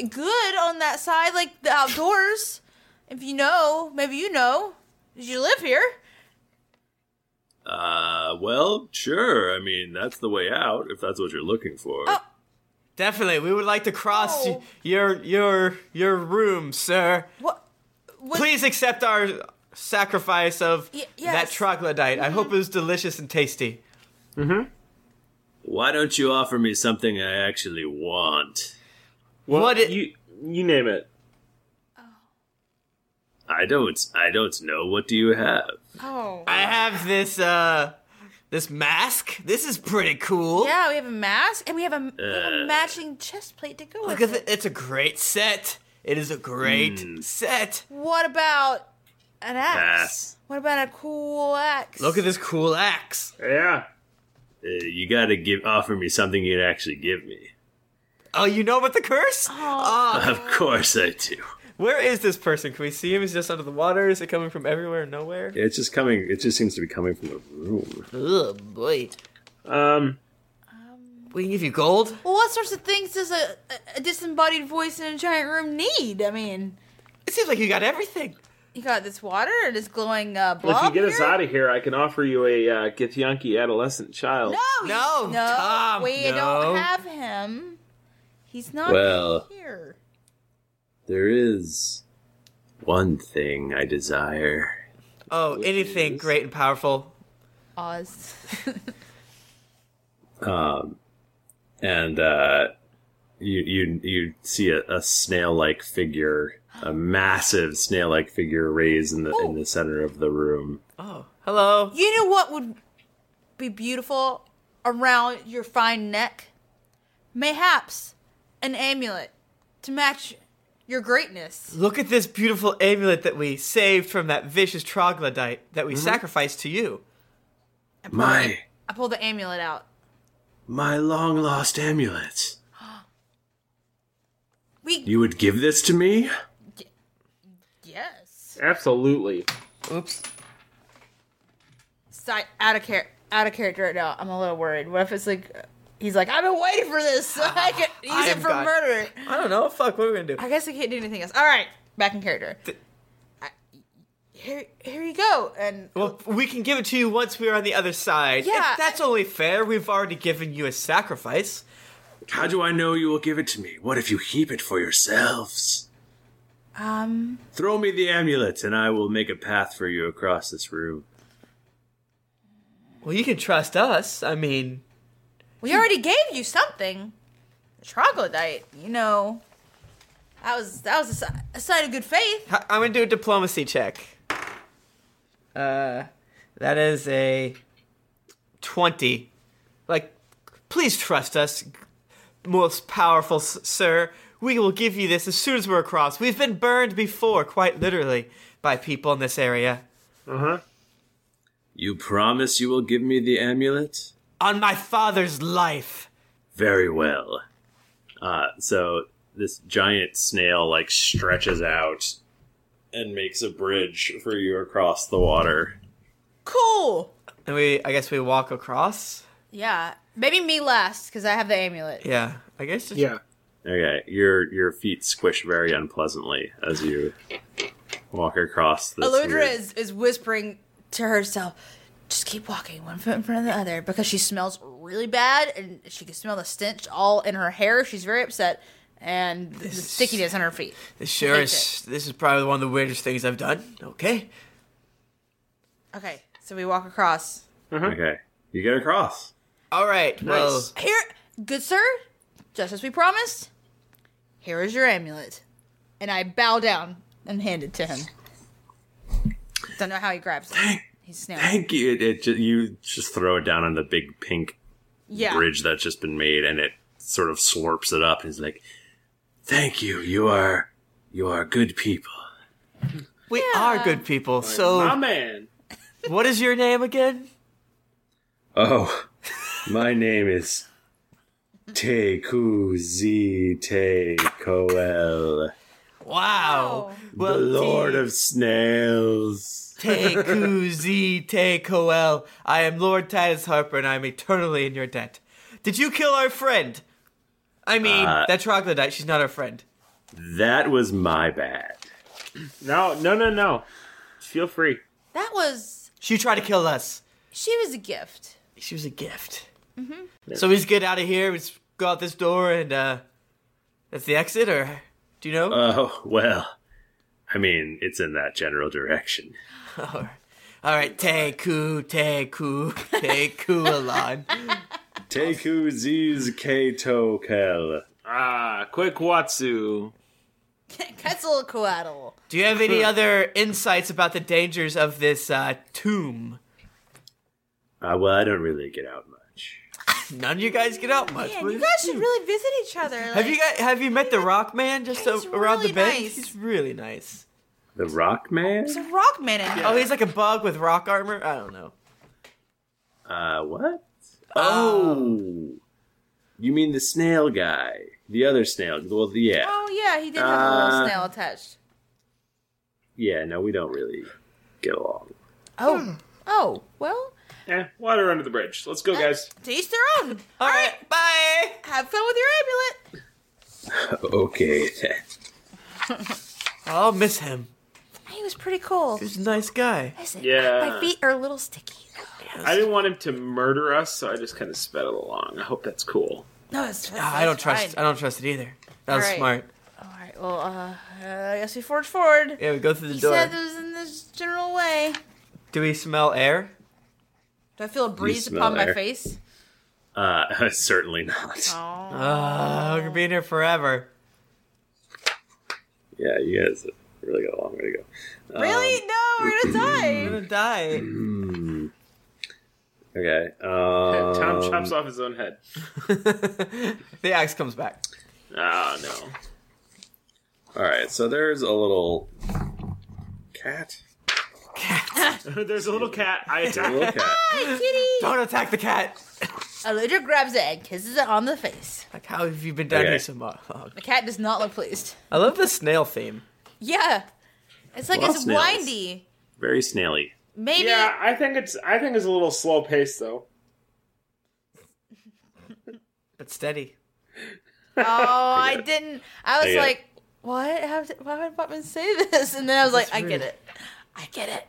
good on that side, like the outdoors. If you know, maybe you know, 'cause you live here. Uh, well, sure. I mean, that's the way out if that's what you're looking for. Oh. Definitely, we would like to cross y- your your your room, sir. What? Please accept our sacrifice of yes. Mm-hmm. that troglodyte. I hope it was delicious and tasty. Why don't you offer me something I actually want? Well, you you name it. I don't. I don't know. What do you have? Oh. I have this uh this mask. This is pretty cool. Yeah, we have a mask and we have a, we have a Uh. matching chest plate to go Look with at it. It's a great set. It is a great Hmm. set. What about an axe? Pass. What about a cool axe? Look at this cool axe. Yeah. Uh, you gotta give offer me something you'd actually give me. *laughs* Oh, you know about the curse? Oh. Of course I do. Where is this person? Can we see him? Is he just under the water? Is it coming from everywhere and nowhere? It's just coming. It just seems to be coming from the room. Oh boy. Um. We can give you gold. Well, what sorts of things does a, a- a disembodied voice in a giant room need? I mean, it seems like you got everything. You got this water and this glowing uh, blob. Well, if you get here? us out of here, I can offer you a uh, Githyanki adolescent child. no, no, no, Tom, we no. don't have him. He's not Well. here. There is one thing I desire. Oh, anything great and powerful. Oz. Um, and uh, you you you see a, a snail like figure, a massive snail like figure raised in the in the center of the room. Oh, hello. You know what would be beautiful around your fine neck? Mayhaps an amulet to match your greatness. Look at this beautiful amulet that we saved from that vicious troglodyte that we Mhm. sacrificed to you. My I pulled the amulet out. my long lost amulet. We You would give this to me? yes. Absolutely. Oops. Si- out of care, out of character right now. I'm a little worried. What if it's like he's like, I've been waiting for this *laughs* so I can use it I've for got- murder. I don't know. Fuck, what are we gonna do? I guess I can't do anything else. All right, back in character. I- here, here you go. And Well, we can give it to you once we're on the other side. Yeah, If that's only fair. We've already given you a sacrifice. How do I know you will give it to me? What if you keep it for yourselves? um, Throw me the amulet, and I will make a path for you across this room. Well, you can trust us. I mean, we already gave you something, troglodyte. You know, that was that was a, si- a sign of good faith. I- I'm gonna do a diplomacy check. Uh, that is a twenty. Like, please trust us, most powerful s- sir. We will give you this as soon as we're across. We've been burned before, quite literally, by people in this area. Uh huh. You promise you will give me the amulet? On my father's life. Very well. Uh, so this giant snail like stretches out and makes a bridge for you across the water. Cool. And we, I guess, we walk across. Yeah, maybe me last because I have the amulet. Yeah, I guess. Just, Okay, your your feet squish very unpleasantly as you walk across this. Aludra weird- is, is whispering to herself, just keep walking one foot in front of the other because she smells really bad and she can smell the stench all in her hair. She's very upset and the stickiness on her feet. This sure Okay. is. This is probably one of the weirdest things I've done. Okay. Okay, so we walk across. Okay, you get across. All right. Well, Here, good sir, just as we promised, here is your amulet. And I bow down and hand it to him. Don't know how he grabs it. He's snail. Thank you. It, it ju- you just throw it down on the big pink Yeah. bridge that's just been made, and it sort of slurps it up. And is like, "Thank you. You are you are good people." we are good people. so, my man, what is your name again? Oh, *laughs* my name is Te Kuzi Te Koel, Wow. the Lord of Snails. Tekuzi Tekoel. I am Lord Titus Harper, and I am eternally in your debt. Did you kill our friend? I mean, Uh, that troglodyte. She's not our friend. That was my bad. No, no, no, no. Feel free. That was, She tried to kill us. she was a gift. She was a gift. hmm So we just get out of here. We just go out this door, and uh, that's the exit. Or do you know? Oh well, I mean it's in that general direction. All right, Teku, Teku, Teku, Alon. Te Kuzi's Ke Tokel. Ah, quick Watsu. Quetzalcoatl. Do you have any other insights about the dangers of this uh, tomb? Uh, well, I don't really get out much. None of you guys get out much. Man, but- you guys should really visit each other. have you guys have you met the Rock Man just a- around really the bend? nice. He's really nice. The Rock Man? It's a rock man. in Oh, here. he's like a bug with rock armor. I don't know. Uh, what? Oh. You mean the snail guy? The other snail? Well, the- yeah. Oh yeah, he did have a little Uh, snail attached. Yeah, no, we don't really get along. hmm. Oh, oh, well. Eh, water under the bridge. Let's go, guys. To each their own. All right, bye. Have fun with your okay, then. amulet. I'll miss him. he was pretty cool. He's a nice guy. Yeah. My feet are a little sticky. I didn't want him to murder us, so I just kind of sped it along. I hope that's cool. No, it's. it's Ah, I don't it's trust. fine. I don't trust it either. That was All right. smart. All right. Well, uh, I guess we forge forward. Yeah, we go through the he door. said it was in this general way. Do we smell air? Do I feel a breeze smell upon my air. face? *laughs* Uh, *laughs* certainly not. Ah, we're gonna be in here forever. Yeah, you guys really got a long way to go. Um, Really? no, we're gonna *laughs* die. we're gonna die. hmm. Okay. Um, Tom chops off his own head. The axe comes back. Ah, no. All right, so there's a little Cat. *laughs* There's a little cat. I *laughs* There's a *laughs* attack little cat. Hi, kitty. Don't attack the cat. Eludra grabs it and kisses it on the face. Like, how have you been down Okay. here so much? Oh, The cat does not look pleased. I love the snail theme. Yeah, it's like Well, it's snails. windy. very snaily. Maybe. Yeah, I think it's I think it's a little slow paced though. But steady. Oh, I didn't. I I was get it. like, what? How did, why would Buttman say this? And then I was like, That's I get rude. it. I get it.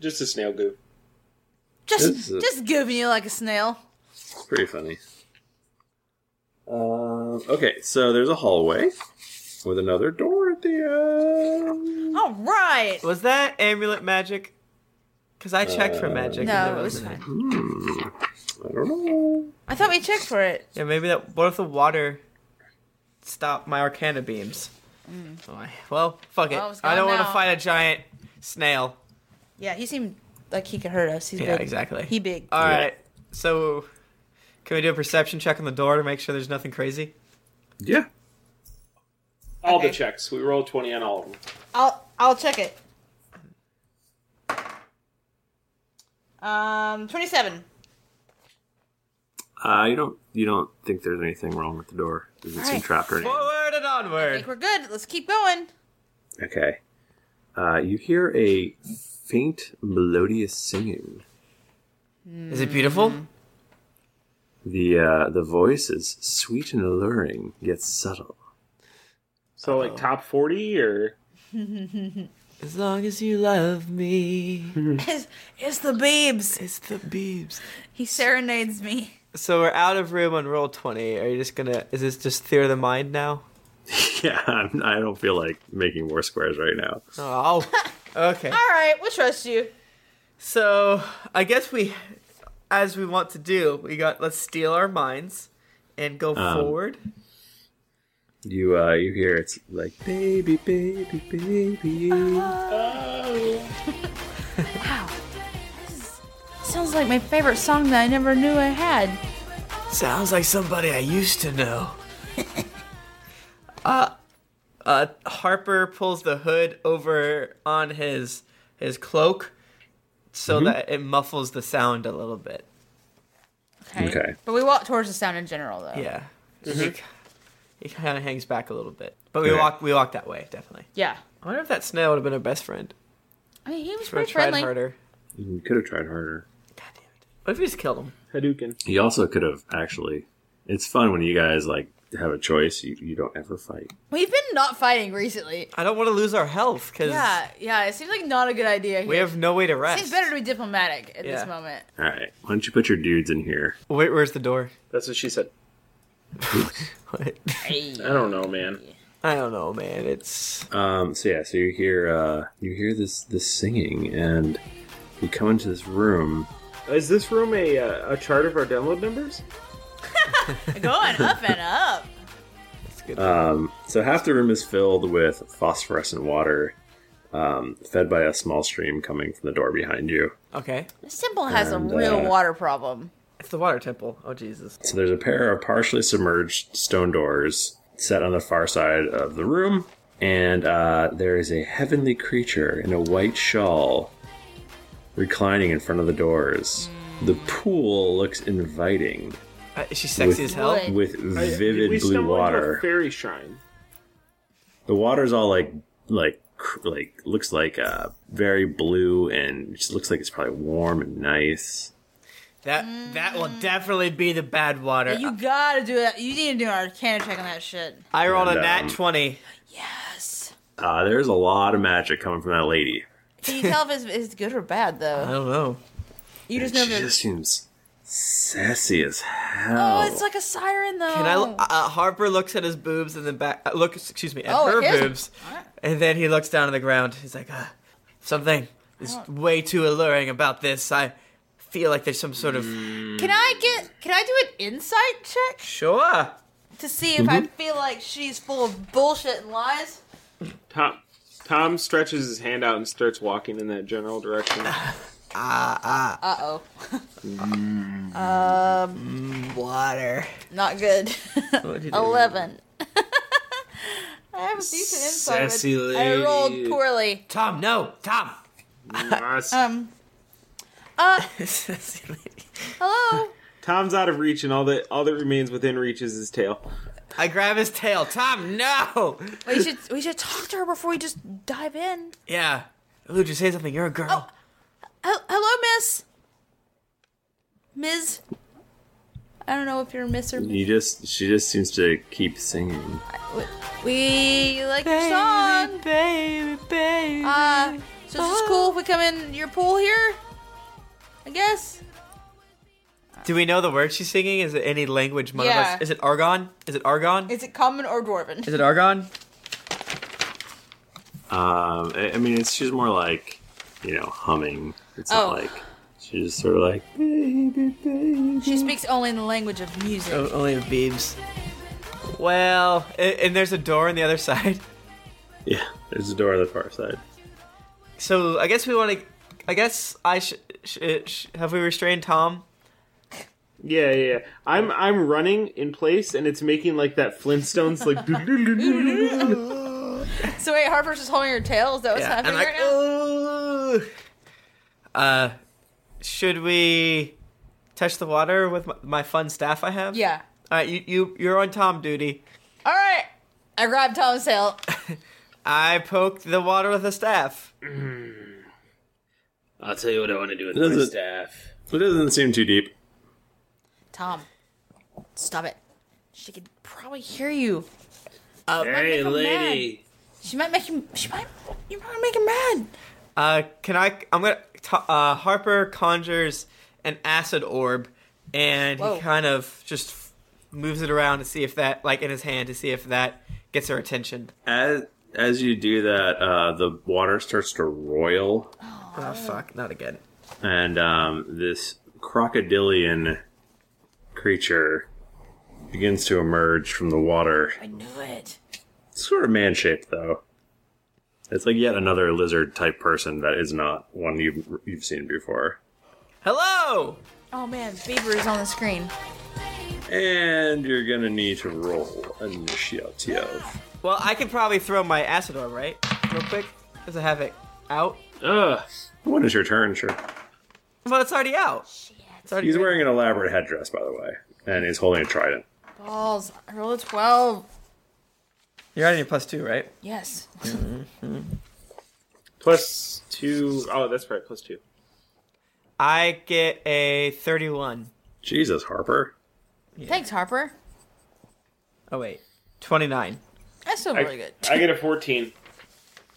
Just a snail goo. Just, This is- just giving you like a snail. It's pretty funny. Um, okay, so there's a hallway with another door at the end. All right. Was that amulet magic? Because I checked for Uh, magic. No, and there it was wasn't fine. Hmm. I don't know. I thought we checked for it. Yeah, maybe that. What if the water stopped my arcana beams? Oh, I- well, fuck it. Mm. Well, it's I don't gone want to now. fight a giant snail. Yeah, he seemed like he could hurt us. He's yeah, big. exactly. He big. All right. So, can we do a perception check on the door to make sure there's nothing crazy? Yeah. All the checks. We rolled twenty on all of them. I'll, I'll check it. Um, twenty-seven. Uh, you don't. You don't think there's anything wrong with the door? Doesn't seem Alright. trapped or anything. Forward and I onward. think we're good. Let's keep going. *laughs* Okay. Uh, you hear a faint, melodious singing. Is it beautiful? Mm. The uh, the voice is sweet and alluring, yet subtle. So like top forty or As long as you love me. It's, it's the Beebs. It's the Beebs. He serenades me. so we're out of room on roll twenty. Are you just gonna? Is this just theory of the mind now? *laughs* Yeah, I'm, I don't feel like making more squares right now. Oh, okay. All right, we'll trust you. So I guess we, as we want to do, we got let's steal our minds and go Um, forward. You uh, you hear it's like baby, baby, baby. Wow. This sounds like my favorite song that I never knew I had. Sounds like somebody I used to know. uh, uh, Harper pulls the hood over on his his cloak so Mhm. that it muffles the sound a little bit. Okay. But we walk towards the sound in general, though. Yeah, he, kind of hangs back a little bit, but we Okay. walk we walk that way definitely. Yeah. I wonder if that snail would have been our best friend. I mean, he was Would've pretty tried friendly. harder. You could have tried harder. What if we just killed him? Hadouken. He also could have actually. It's fun when you guys like have a choice. You you don't ever fight. We've been not fighting recently. I don't want to lose our health because Yeah, yeah. It seems like not a good idea. Here. we have no way to It rest. seems better to be diplomatic at Yeah. this moment. All right, why don't you put your dudes in here? Wait, where's the door? That's what she said. I don't know, man. *laughs* I don't know, man. It's Um, so yeah, so you hear uh, you hear this this singing, and you come into this room. Is this room a uh, a chart of our download numbers? Going up and up. Um, so half the room is filled with phosphorescent water, um, fed by a small stream coming from the door behind you. Okay. This temple has And, a real uh, water problem. It's the water temple. Oh Jesus. So there's a pair of partially submerged stone doors set on the far side of the room, and uh, there is a heavenly creature in a white shawl reclining in front of the doors. The pool looks inviting. Uh, is she sexy with- as hell? With I- did vivid we blue stumble into water. a fairy shrine. The water's all like like cr- like looks like uh very blue and just looks like it's probably warm and nice. That that will definitely be the bad water. Yeah, you gotta do that. You need to do an arcana check on that shit. I rolled a And, nat um, twenty. Uh there's a lot of magic coming from that lady. Can you tell if it's, it's good or bad though? don't know. You just know She if it's. just seems sassy as hell. Oh, it's like a siren though. Can I? Uh, Harper looks at his boobs and then back. Uh, look, excuse me, at Oh, her at his- boobs, and then he looks down at the ground. He's like, uh, something is way too alluring about this. I feel like there's some sort of. Can I get? Can I do an insight check Sure. to see if I feel like she's full of bullshit and lies? Tom Tom stretches his hand out and starts walking in that general direction. Ah ah. Uh oh. Um, water. not good. *laughs* What did I- Eleven. *laughs* I have a decent insight. Sassy but I rolled lady. poorly. Tom, no, *laughs* Tom. Um. Uh. Hello. Tom's out of reach, and all that all that remains within reach is his tail. I grab his tail. Tom, no. We should we should talk to her before we just dive in. Yeah. Lou, just say something. You're a girl. Hel- Hello, Miss. Ms. I don't know if you're Miss or you just she just seems to keep singing. We like your song, baby, baby. Uh, so it's just cool if we come in your pool here. I guess. Do we know the words she's singing? Is it any language? One Yeah. of us. Is it argon? Is it argon? Is it common or dwarven? Is it argon? Um I, I mean it's she's more like, you know, humming. It's Oh. not like she's just sort of like She speaks only in the language of music. O- only the beebs. Well, a- and there's a door on the other *laughs* side. Yeah, there's a door on the far side. So I guess we want to. I guess I should. Sh- sh- have we restrained Tom? Yeah, yeah, yeah. I'm I'm running in place, and it's making like that Flintstones like. *laughs* So wait, Harper's just holding her tail. Is that what's Yeah, happening and like, right now? Uh, should we touch the water with my, my fun staff I have? Yeah. All right, you you you're on Tom duty. All right. I grabbed Tom's tail. I poked the water with a staff. I'll tell you what I want to do with It doesn't- staff. It doesn't seem too deep. Tom, stop it. She could probably hear you. Uh, Hey, lady. She might make him. She might. You might make him mad. Uh, can I? I'm gonna. t- Uh, Harper conjures an acid orb, and Whoa. he kind of just f- moves it around to see if that, like in his hand, to see if that gets her attention. As as you do that, uh, the water starts to roil, Oh, fuck! Not again. and um, this crocodilian creature begins to emerge from the water. I knew it. It's sort of man shaped, though. It's like yet another lizard type person that is not one you've you've seen before. Hello. Oh man, Bieber is on the screen. And you're gonna need to roll initiative. Well, I could probably throw my acid orb right, real quick, because I have it out. Ugh. When is your turn, sure? Well, it's already out. It's already He's wearing an elaborate headdress, by the way, and he's holding a trident. Balls. I rolled a twelve. You're adding your plus two, right? Yes. Plus two oh that's right. Plus two. I get a thirty-one. Jesus, Harper. Thanks, Harper. Oh wait, twenty-nine. That's still really good. get a fourteen.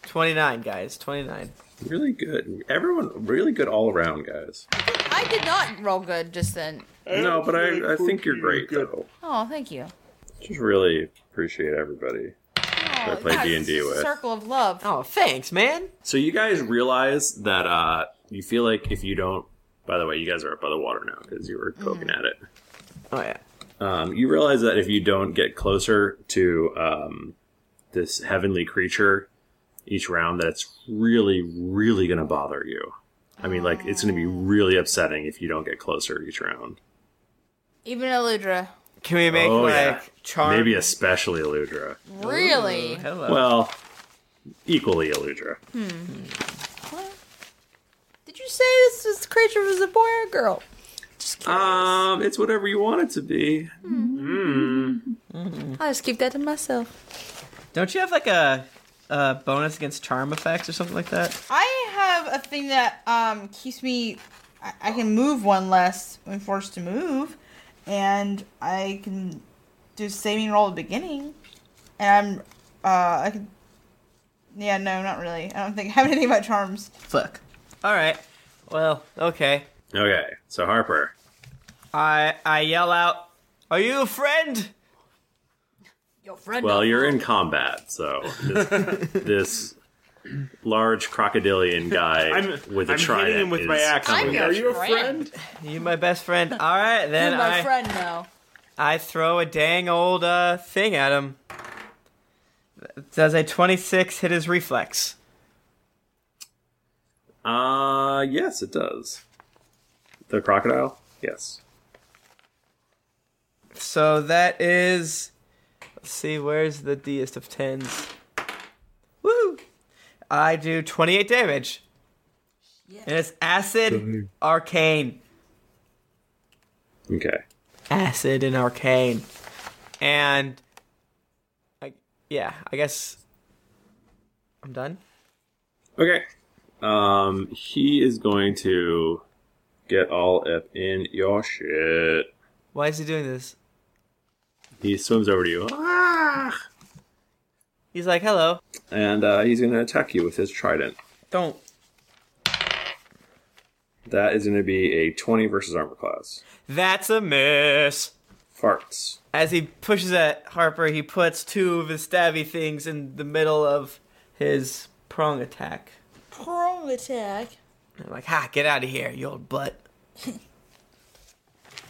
Twenty-nine, guys. Twenty-nine. Really good. Everyone, really good all around, guys. I did not roll good just then. No, but I, I think you're great, though. Oh, thank you. Just really appreciate everybody that Oh, I play D&D with. Circle of love. Oh, thanks, man. So you guys realize that uh, you feel Mm-hmm. like if you don't... By the way, you guys are up by the water now because you were poking at it. Oh, yeah. Um, you realize that if you don't get closer to um, this heavenly creature each round, that it's really, really going to bother you. I mean, like, it's going to be really upsetting if you don't get closer each round. Even Eludra. Can we make Oh, like yeah. charm? Maybe especially Eludra. Really? Well, equally Eludra. Hmm. What? Did you say this, this creature was a boy or a girl? Um, it's whatever you want it to be. Mm. I'll just keep that to myself. Don't you have like a, a bonus against charm effects or something like that? I have a thing that um keeps me. I, I can move one less when forced to move, and I can do saving roll at the beginning, and I'm uh I can. Yeah, no, not really. I don't think I have *laughs* anything about charms. Fuck. All right. Well, okay. Okay, so Harper. I I yell out, "Are you a friend?" Your friend. Well, you're in combat, so *laughs* this, this large crocodilian guy with a I'm hitting trident him with is my axe. I'm coming your at you. friend? You my best friend. All right, *laughs* then I friend now. I throw a dang old uh, thing at him. Does a 26 hit his reflex? Uh, yes, it does. The crocodile? Yes. So that is. Let's see, where's the Dest of 10s? Woo! I do 28 damage. And it's acid, Dang. arcane. Okay. Acid and arcane. And. I, yeah, I guess. I'm done. Okay. Um, he is going to get all up in your shit. Why is he doing this? He swims over to you, Ah! He's like, hello. and uh, he's going to attack you with his trident. Don't. That is going to be a 20 versus armor class. That's a miss. Farts. As he pushes at Harper, he puts two of his stabby things in the middle of his prong attack. Prong attack. And I'm like, ha, get out of here, you old butt.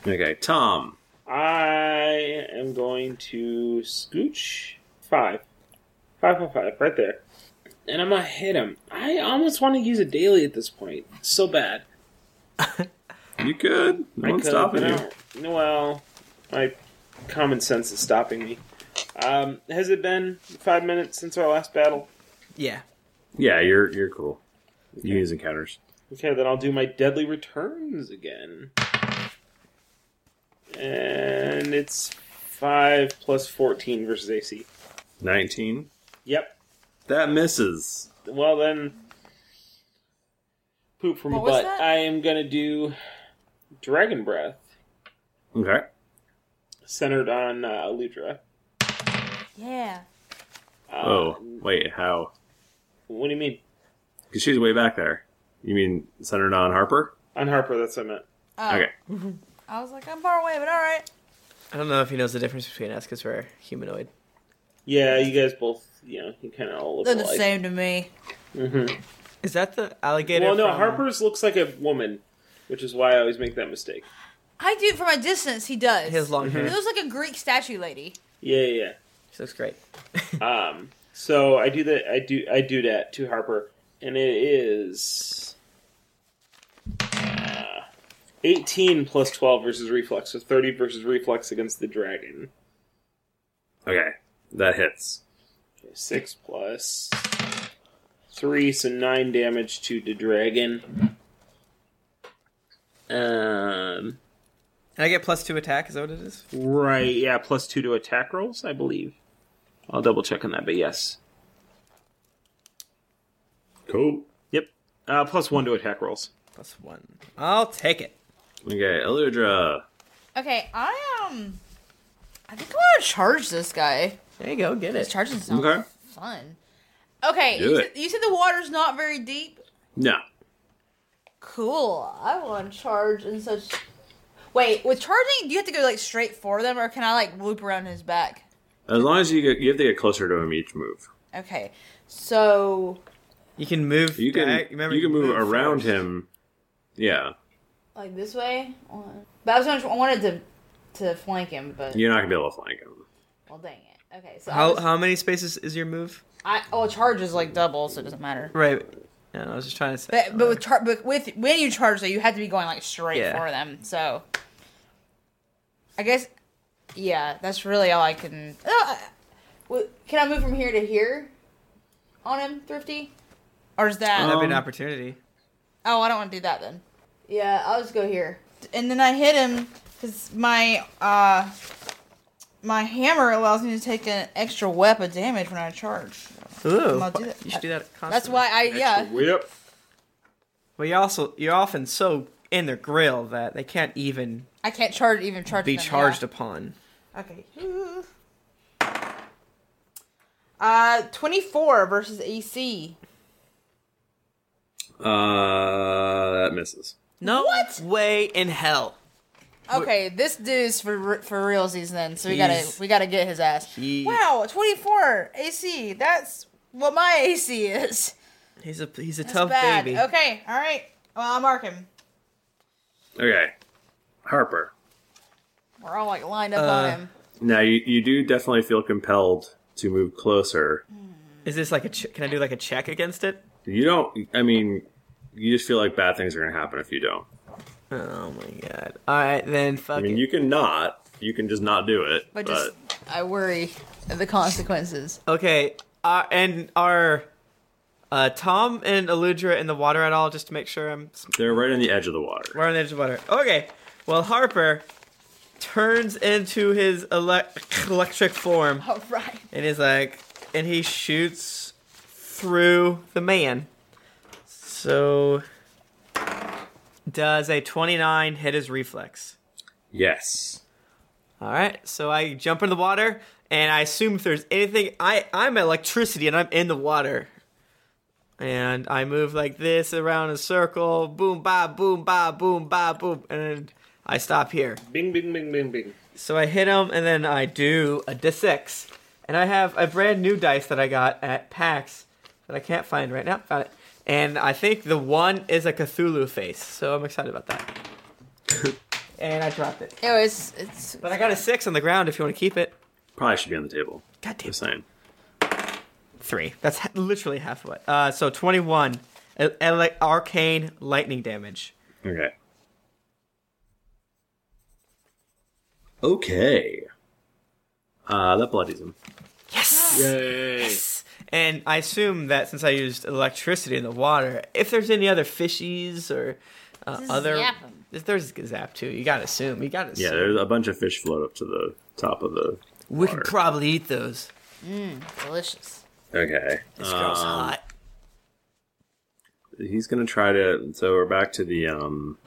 Okay, Tom. I am going to scooch five. Five, five, five, right there. And I'm going to hit him. I almost want to use a daily at this point. So bad. You could. No I one's could, stopping but you. I don't- Well, my common sense is stopping me. Um, has it been five minutes since our last battle? Yeah. Yeah, you're you're cool. You use encounters. Okay, then I'll do my deadly returns again. And it's 5 plus 14 versus AC. 19. Yep. That misses. Well, then. Poop from What a was butt. that? I am going to do Dragon Breath, Okay. centered on uh, Aludra. Yeah. oh, wait, how? What do you mean? Because she's way back there. You mean centered on Harper? On Harper, that's what I meant. Okay. I was like, I'm far away, but all right. I don't know if he knows the difference between us because we're humanoid. Yeah, you guys both, you know, you kind of all look They're the alike. same to me. Mm-hmm. Is that the alligator? Well, no, from- Harper's looks like a woman, which is why I always make that mistake. I do from a distance. He does. He has long hair. He looks like a Greek statue lady. Yeah, yeah. yeah. She looks great. um, so I do that. I do. I do that to Harper, and it is uh, eighteen plus twelve versus reflex, so thirty versus reflex against the dragon. Okay. That hits. Six plus three, so nine damage to the dragon. Um, And I get plus two attack, is that what it is? right, yeah, plus two to attack rolls, I believe. I'll double check on that, but yes. Cool. Yep. Uh, plus one to attack rolls. Plus one. I'll take it. Okay, Eludra. Okay, I um, I think I want to charge this guy. There you go, get it. Charging sounds Okay. fun. Okay, Do you, it. said, you said the water's not very deep. No. Cool. I want to charge in such. Wait, with charging, do you have to go like straight for them, or can I like loop around his back? As long as you get, you have to get closer to him each move. Okay, so You can move. You can diag- you can move, around him. Yeah. like this way. But I was gonna, I wanted to to flank him, but You're not gonna be able to flank him. well, dang it. Okay, so I, How, was- how many spaces is your move? I oh, charge is like double, so it doesn't matter. Right. Yeah, I was just trying to say. But but with, char- but with when you charge though, you have to be going like straight Yeah. for them. So I guess yeah, that's really all I can. Uh, I- w- can I move from here to here on him, Thrifty? Or is that That'd be Um, an opportunity. Oh, I don't want to do that then. Yeah, I'll just go here. And then I hit him because my uh my hammer allows me to take an extra web of damage when I charge. Ooh, I'll do that. you should do that. Constantly. That's why I yeah. Whip. Well, you also you're often so in their grill that they can't even I can't charge even charge. be them, yeah. charged upon. Okay. Uh, 24 versus E AC. Uh, that misses. No way in hell. Okay, this dude's for for realsies then, so we gotta He's- we gotta get his ass. He Wow, 24 AC. That's what my AC is. he's a he's a That's *laughs* tough bad. baby. Okay, all right. Well, I'll mark him. Okay, Harper. We're all like lined up Uh, on him. Now you, you do definitely feel compelled to move closer. Is this like a ch- can I do like a check against it? You don't. I mean, you just feel like bad things are gonna happen if you don't. Oh my god! All right, then fuck I mean, it. you can not. You can just not do it. But But, just I worry of the consequences. Okay, uh, and are uh, Tom and Aludra in the water at all? Just to make sure I'm they're right on the edge of the water. We're on the edge of water. Okay. Well, Harper turns into his ele- electric form. *laughs* All right. And is like, and he shoots through the man. So, does a 29 hit his reflex? Yes. All right. So I jump in the water, and I assume if there's anything, I I'm electricity, and I'm in the water. And I move like this around a circle, boom, ba, boom, ba, boom, ba, boom, and I stop here. Bing, bing, bing, bing, bing. So I hit him, and then I do a d6, and I have a brand new dice that I got at PAX that I can't find right now. Found it. And I think the one is a Cthulhu face, so I'm excited about that. *laughs* and I dropped it. It was it's. But I got a six on the ground. If you want to keep it. Probably should be on the table. God damn. Just saying. Three. That's ha- literally half of it. Uh, so 21 ele- ele- arcane lightning damage. Okay. Okay. Uh, that bloodies him. Yes. Yay. And I assume that since I used electricity in the water, if there's any other fishies or uh, Just other, zap 'em. if there's a zap too. You gotta assume. You gotta. Yeah, assume. there's a bunch of fish float up to the top of the. We could probably eat those. Mmm, delicious. Okay. This girl's Um, hot. He's gonna try to. So we're back to the um,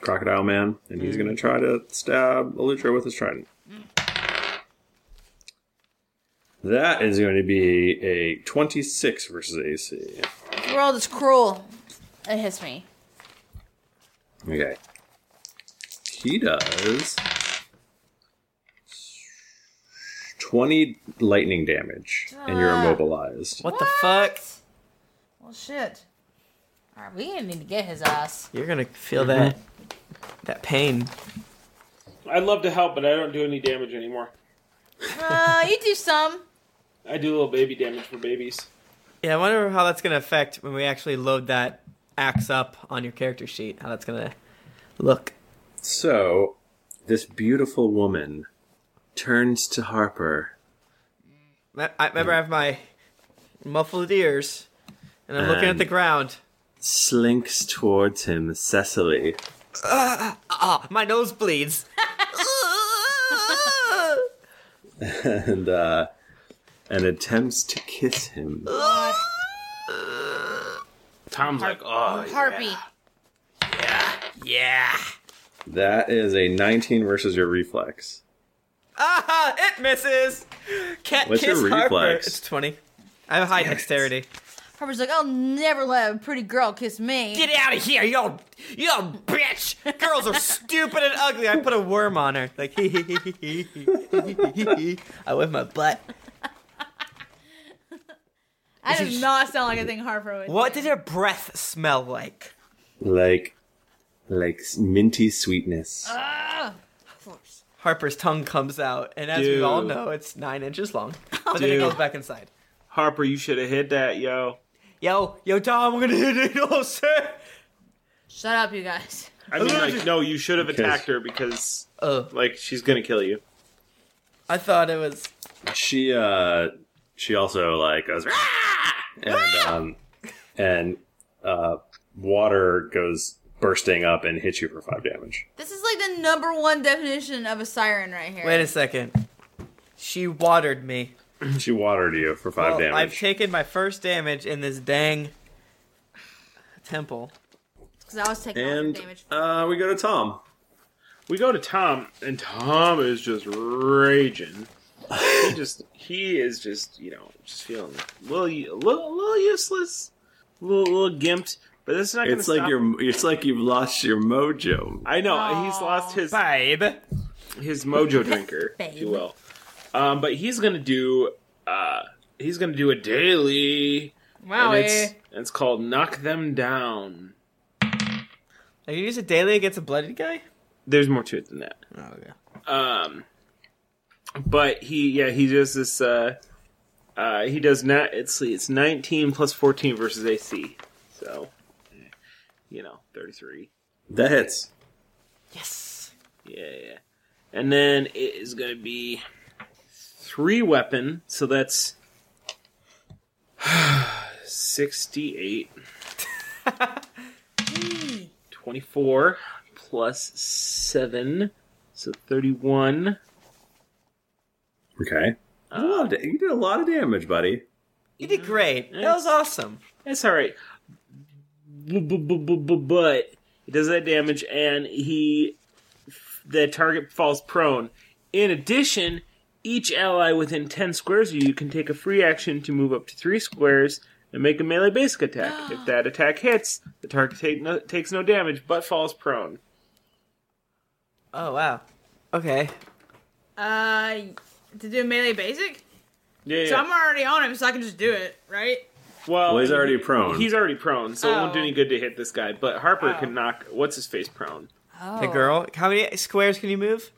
crocodile man, and he's gonna try to stab Elutra with his trident. That is going to be a 26 versus AC. This world is cruel. It hits me. Okay. He does 20 lightning damage, and you're Ah. immobilized. What, the fuck? Well, shit. All right, we gonna need to get his ass. You're gonna feel that that pain. I'd love to help, but I don't do any damage anymore. Uh, you do some. I do a little baby damage for babies. Yeah, I wonder how that's gonna affect when we actually load that axe up on your character sheet. How that's gonna look. So, this beautiful woman turns to Harper. I I remember I have my muffled ears, and I'm looking at And- the ground. Slinks towards him, Cecily. Ah, ah, my nose bleeds. and uh, and attempts to kiss him. Tom's like, oh, Harpy. Yeah. That is a 19 versus your reflex. Ah, it misses. Can't What's your kiss Harper. reflex? It's twenty. I have high dexterity. Harper's like, I'll never let a pretty girl kiss me. Get out of here, you old, you old bitch! Girls are stupid and ugly. I put a worm on her. Like *laughs* hee hee hee hee hee hee hee hee. I whip my butt. I does not sound like a thing Harper would. What did her breath smell like? Like, like minty sweetness. Ah, of course. Harper's tongue comes out, and as we Dude. all know, it's nine inches long. But then it Dude. goes back inside. Harper, you should have hit that, yo. Yo, yo, Tom, we're gonna hit it, *laughs* oh sir. Shut up, you guys. I mean, like, no, you should have Because- attacked her because, oh, like, she's gonna kill you. I thought it was She uh she also like goes "Ah!" and um and uh water goes bursting up and hits you for five damage. This is like the number one definition of a siren right here. Wait a second. She watered me. She watered you for five Well, I've damage. taken my first damage in this dang temple. Because I was taking all the And- damage. Uh, we go to Tom. We go to Tom, and Tom is just raging. He *laughs* just he is just you know just feeling a little a little, a little useless, a little, little gimped. But this is not gonna It's like stop you're it's like you've lost your mojo. I know he's lost his babe, his mojo drinker, if you will. Um, but he's gonna do uh, he's gonna do a daily. And Wowie. it's, and it's called knock them down. Are you use a daily against a blooded guy? There's more to it than that. Oh yeah. Um, but he yeah he does this. Uh, uh, he does not. It's it's 19 plus 14 versus AC. So, you know, 33. That hits. Yeah, yeah. And then it is going to be three weapon, so that's *sighs* 68. 24 plus 7, so 31. Okay. You loved it. You did a lot of damage, buddy. You did great. That was awesome. That's all right. Bu- bu- bu- bu- bu- But it does that damage, and he the target falls prone. In addition, each ally within ten squares of you can take a free action to move up to three squares and make a melee basic *gasps* attack. if that attack hits, the target take no, takes no damage but falls prone. Oh wow. Okay. Uh, to do melee basic? Yeah. So I'm already on him, so I can just do it, right? Well, Well, he's already he- prone. He's already prone, so it won't do Oh. any good to hit this guy. But Harper can knock what's his face prone. Oh. The girl. How many squares can you move?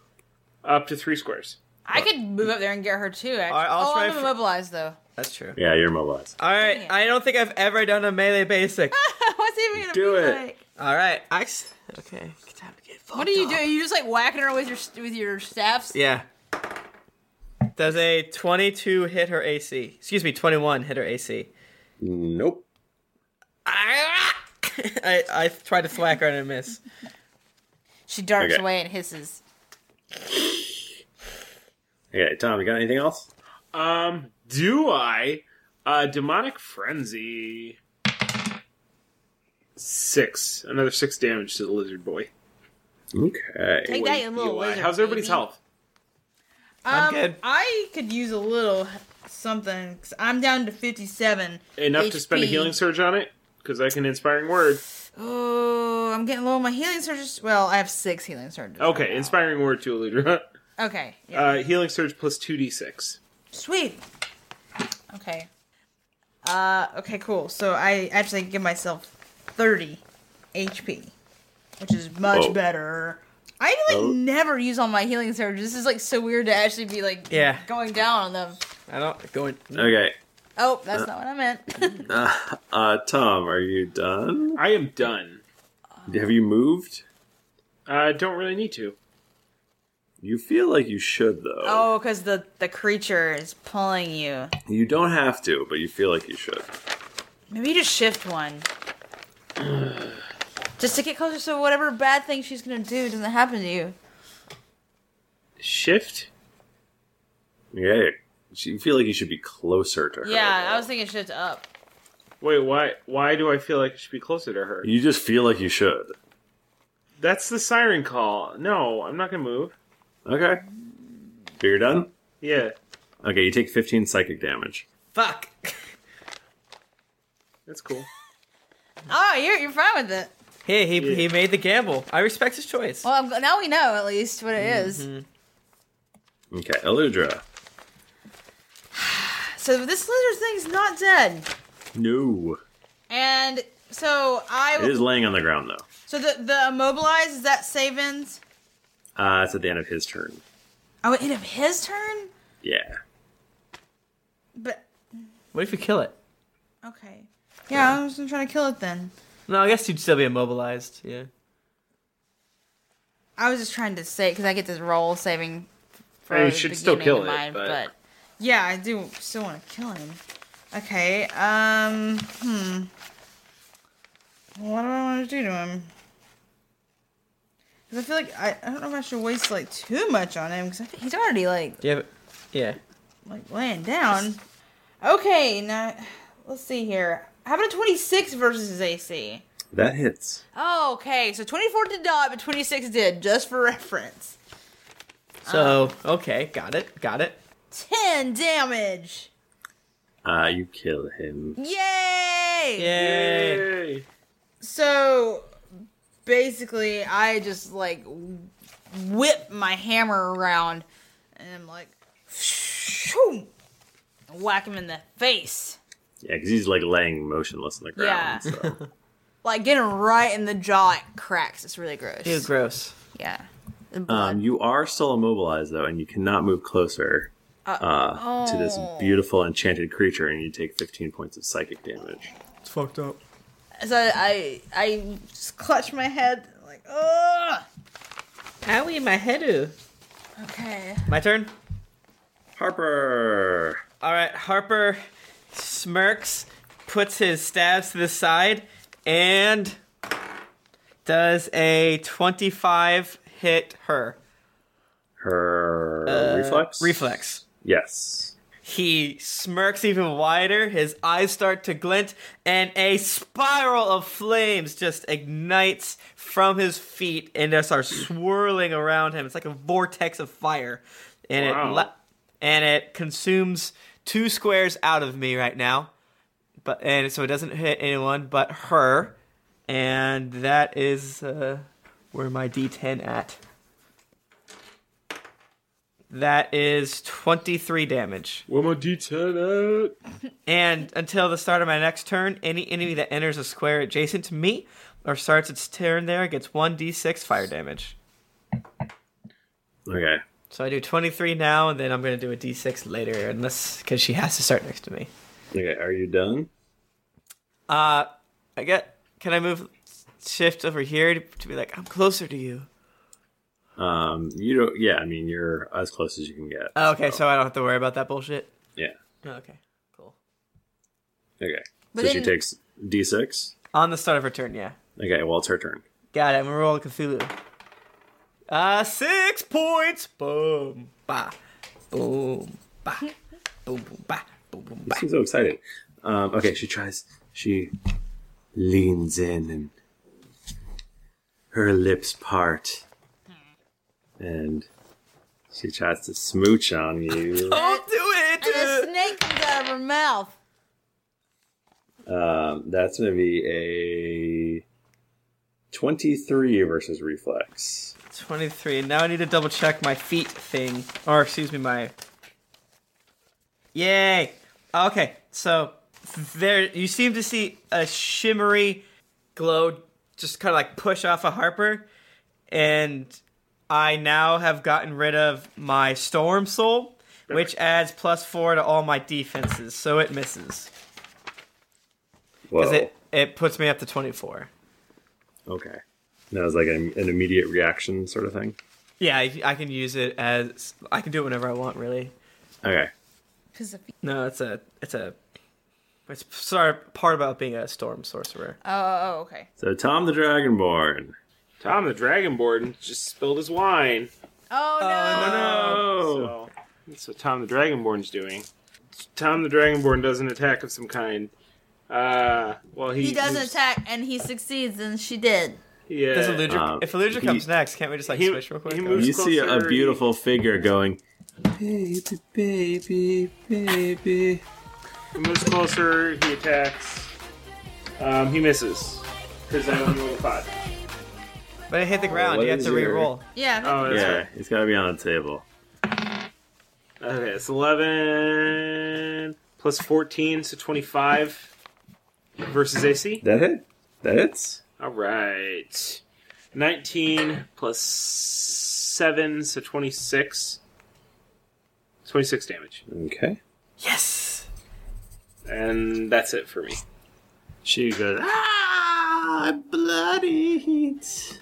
Up to three squares. I could move up there and get her too. Actually. right, I'll oh, try I'm for- immobilized though. That's true. Yeah, you're mobilized. All right. I don't think I've ever done a melee basic. *laughs* What's even gonna Do be it. like? All right. Axe. Okay. What are you doing? You just like whacking her with your with your staffs? Yeah. Does a 22 hit her AC? Excuse me, 21 hit her *laughs* AC. Nope. I, I tried to thwack her and I miss. She darts Okay. away and hisses. Okay, Tom, you got anything else? Um, do I? Uh, demonic frenzy. Six. Another six damage to the lizard boy. Okay. Take that, you little lizard, How's everybody's baby. health? Um, I'm good. I could use a little something. i I'm down to 57. Enough to spend a HP. healing surge on it because I can inspiring word. Oh, I'm getting low on my healing surges. Well, I have six healing surges. Okay, inspiring word to a leader. *laughs* Okay. Yeah. uh, healing surge plus two d six. Sweet. Okay. Uh, okay, cool. So I actually give myself 30 HP, which is much Whoa. better. I like Oh. never use all my healing surges. This is like so weird to actually be like Yeah. going down on them. I don't go in. Okay. Oh, that's Uh. not what *laughs* I meant. Uh, uh, Tom, are you done? I am done. Have you moved? I don't really need to. You feel like you should though. Oh, because the the creature is pulling you. You don't have to, but you feel like you should. Maybe you just *sighs* shift one, just to get closer, so whatever bad thing she's gonna do doesn't happen to you. Shift. Yeah. You feel like you should be closer to her. Yeah, I was thinking shift up. Wait, why? Why do I feel like I should be closer to her? You just feel like you should. That's the siren call. No, I'm not gonna move. Okay. So you're done? Yeah, Okay, you take 15 psychic damage. Fuck. *laughs* that's cool. Oh, you're you're fine with it. Hey, he, he made the gamble. I respect his choice. Well, I'm, gl- now we know at least what it is. Okay, Eludra. So this lizard thing's not dead, No. and so I. It is laying on the ground though. so the the immobilize is that Savin's? Uh, it's at the end of his turn. Oh, it of his turn? Yeah. But What if you kill it? okay. Yeah, I'm just trying to kill it then. No, I guess you'd still be immobilized. Yeah. I was just trying to say because I get this roll saving. Well, you the should still beginning kill of it, but- yeah, I do still want to kill him. Okay. Um. Hmm. What do I want to do to him? Because I feel like I, I don't know if I should waste like too much on him because he's already like Yeah. But, yeah. like laying down. Okay, now let's see here. How about a 26 versus his AC? That hits. Oh, okay, so 24 did not, but 26 did, just for reference. So okay, got it, got it. 10 damage! Uh, you kill him. Yay! Yay! So basically, I just like whip my hammer around and I'm like, shoo, whack him in the face. Yeah, because he's like laying motionless on the ground. Yeah. So. *laughs* Like, get him right in the jaw, it cracks. It's really gross. Ew, gross. Yeah. Um, you are still immobilized though, and you cannot move closer Uh, uh, to this oh. beautiful enchanted creature, and you take 15 points of psychic damage. It's fucked up. So I I just clutch my head like ugh. Owie, my head. Okay. My turn. Harper. All right, Harper smirks, puts his stabs to the side, and does a twenty-five hit her. Her Uh, reflex. reflex. Yes. He smirks even wider, his eyes start to glint, and a spiral of flames just ignites from his feet and just are swirling around him. It's like a vortex of fire. And Wow. it la- and it consumes two squares out of me right now. But and so it doesn't hit anyone but her. And that is uh, where my D10 at. That is 23 damage. Where my D10 at? and until the start of my next turn, any enemy that enters a square adjacent to me or starts its turn there gets 1d6 fire damage. Okay. So I do 23 now, and then I'm going to do a d6 later, unless because she has to start next to me. Okay. Are you done? Uh, I get. Can I move shift over here to, to be like I'm closer to you? Um, you don't. Yeah, I mean you're as close as you can get. Oh, okay, so I don't have to worry about that bullshit. Oh, Yeah. Okay, cool. Okay. But so she then- takes d6. On the start of her turn, yeah. Okay. Well, it's her turn. Got it. I'm gonna roll Cthulhu. Uh, six points. Boom, bah, boom, bah, boom, boom, bah. She's so excited. Um, okay, she tries. She leans in and her lips part, and she tries to smooch on you. Don't do it! And a snake comes out of her mouth. Um, that's going to be a twenty-three versus reflex. 23 and now i need to double check my feet thing or excuse me my yay okay so there you seem to see a shimmery glow just kind of like push off a harper and i now have gotten rid of my storm soul which adds plus four to all my defenses so it misses Whoa. because it, it puts me up to 24 okay, that was like an, an immediate reaction sort of thing. yeah I, I can use it as i can do it whenever i want really Okay, Because of No, it's a it's a it's sorry part about being a storm sorcerer. oh, okay. so Tom the Dragonborn. Tom the Dragonborn just spilled his wine. Oh no! So, that's what Tom the Dragonborn's doing. Tom the Dragonborn does an attack of some kind. Uh, well, he, He does an he's- attack and he succeeds, and she did. Yeah. Does Eludra, Um, if Eludra he- comes next, can't we just like switch real quick? You see a, a beautiful figure going. Baby, baby, baby. He moves closer. He attacks. Um, he misses because I don't roll a five. But it hit the ground. Oh, what you have is to your- re-roll. Yeah. Oh, that's yeah, right. it's got to be on the table. Okay, it's eleven plus fourteen, so twenty-five versus AC. That hit. That hits. All right, nineteen plus seven, so twenty-six 26 damage. Okay. Yes. And that's it for me. She goes, Ah, bloody heat,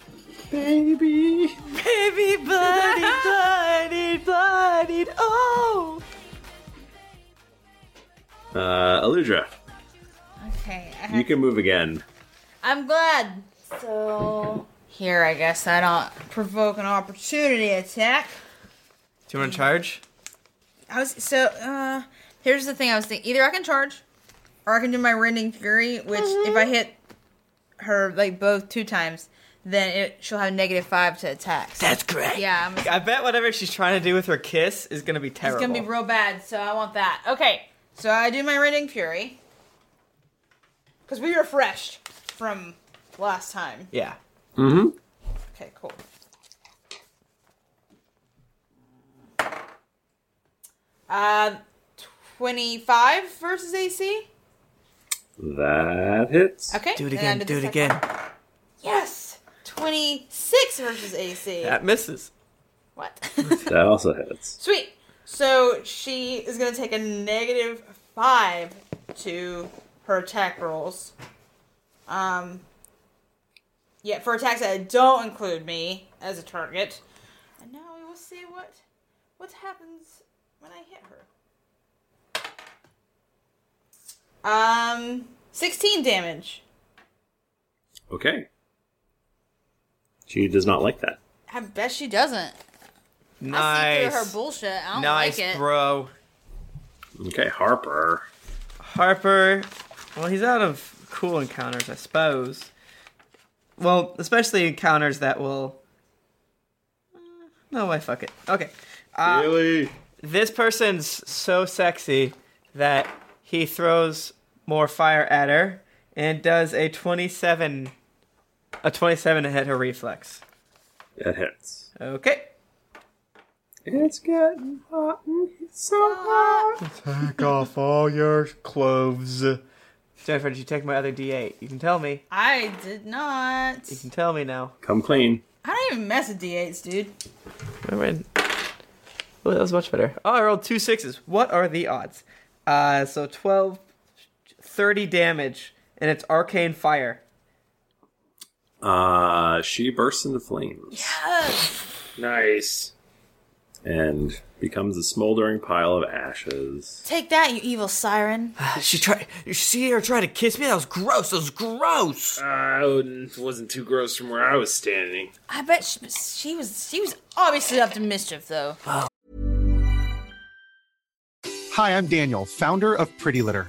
baby. Baby, *laughs* bloody, bloody, bloody. Oh. Uh, Aludra, Okay. I you can move again. I'm glad. So here, I guess I don't provoke an opportunity attack. Do you want to charge? I was so. uh Here's the thing. I was thinking either I can charge, or I can do my rending fury, which if I hit her like both two times, then it, she'll have negative five to attacks. That's correct. Yeah, I'm, I bet whatever she's trying to do with her kiss is going to be it's terrible. gonna be real bad. So I want that. Okay, so I do my rending fury because we refreshed from last time. yeah. Mm-hmm. Okay, cool. Uh, 25 versus AC? That hits. Okay. Do it and again. I did Do the it second- again. Yes! 26 versus AC. That misses. What? *laughs* That also hits. Sweet! So she is going to take a negative 5 to her attack rolls. Um, yeah, for attacks that don't include me as a target. And now we will see what what happens when I hit her. Um, 16 damage. Okay. She does not like that. I bet she doesn't. I see Nice. through her bullshit. I don't nice, like it. bro. Okay, Harper. Harper. Well, he's out of cool encounters, I suppose. Well, especially encounters that will. eh, No way, fuck it. Okay. Uh, really? This person's so sexy that he throws more fire at her and does a 27. A 27 to hit her reflex. That hits. Okay. It's getting hot and it's so hot. Take off all your clothes. Jennifer, did you take my other D8? You can tell me. I did not. You can tell me now. Come clean. I don't even mess with D8s, dude. Oh, that was much better. Oh, I rolled two sixes. What are the odds? Uh, so 12, 30 damage, and it's arcane fire. Uh, she bursts into flames Nice. and becomes a smoldering pile of ashes. Take that, you evil siren. she tried. You see her try to kiss me? That was gross. That was gross. I wouldn't- wasn't too gross from where I was standing. I bet she, she was she was obviously up to mischief though. Hi, I'm Daniel, founder of Pretty Litter.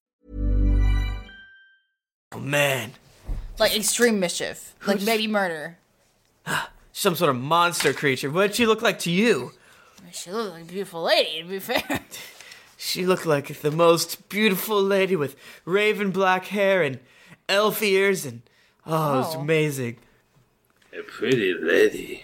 Oh, man. Like extreme mischief. Like baby murder. Some sort of monster creature. What'd she look like to you? She looked like a beautiful lady, to be fair. She looked like the most beautiful lady with raven black hair and elf ears, and oh, it was Oh. amazing. A pretty lady.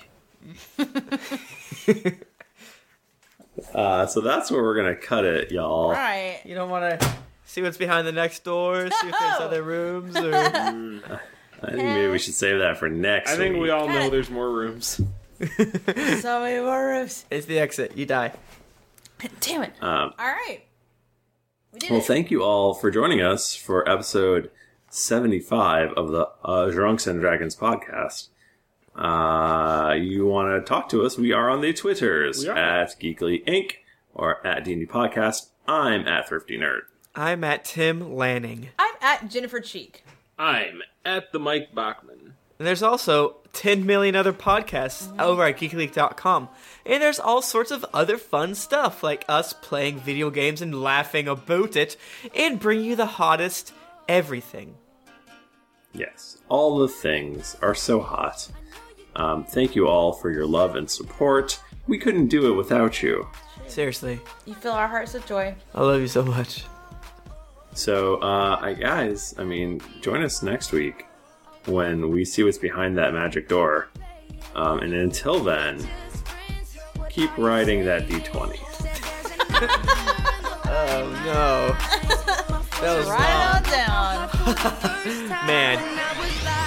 Uh, so that's where we're gonna cut it, y'all. right. You don't want to see what's behind the next door, see if there's other rooms, or I think maybe we should save that for next. I think we week. all know there's more rooms. so many more roofs. It's the exit. You die. Damn it. Um, All right. Well, thank you all for joining us for episode 75 of the uh, Drunks and Dragons podcast. Uh, you want to talk to us? We are on the Twitters We are. at Geekly Inc. or at D&D Podcast. I'm at Thrifty Nerd. I'm at Tim Lanning. I'm at Jennifer Cheek. I'm at the Mike Bachman. And there's also 10 million other podcasts over at geekleak.com. And there's all sorts of other fun stuff, like us playing video games and laughing about it, and bring you the hottest everything. Yes, all the things are so hot. Um, thank you all for your love and support. We couldn't do it without you. Seriously, You fill our hearts with joy. I love you so much. So, uh, I- guys, I mean, join us next week when we see what's behind that magic door. Um, and until then, keep riding that d20. Oh no. That was Right on down. long. *laughs* Man. oh, oh. oh, oh.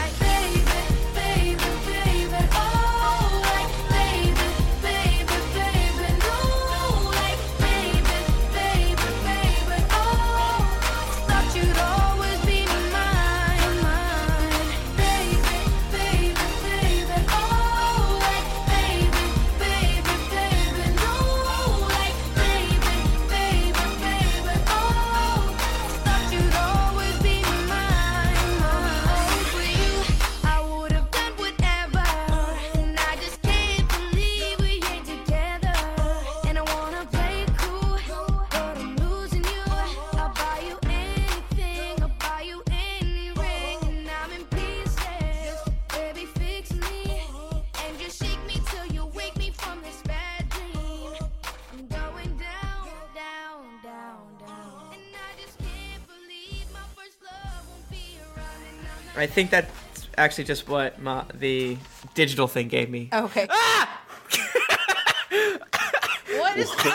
I'm going down, down, down, down. And I just can't believe my first love won't be around. I think that's actually just what my, the digital thing gave me. Okay. what is Logan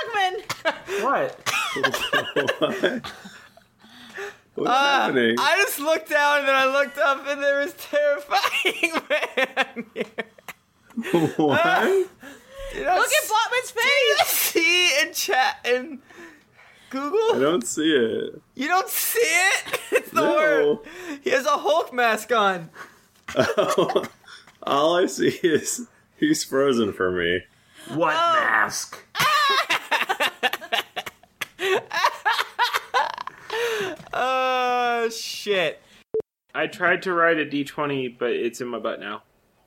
Bachman? What? *laughs* What's Ah, happening? *laughs* I just looked down and then I looked up and there was terrifying *laughs* man. What? Did I Look at Botman's face. Did you see in chat in Google? I don't see it. You don't see it? *laughs* It's the No. word. He has a Hulk mask on. All I see *laughs* is he's frozen for me. What mask? Oh shit. I tried to ride a d20, but it's in my butt now.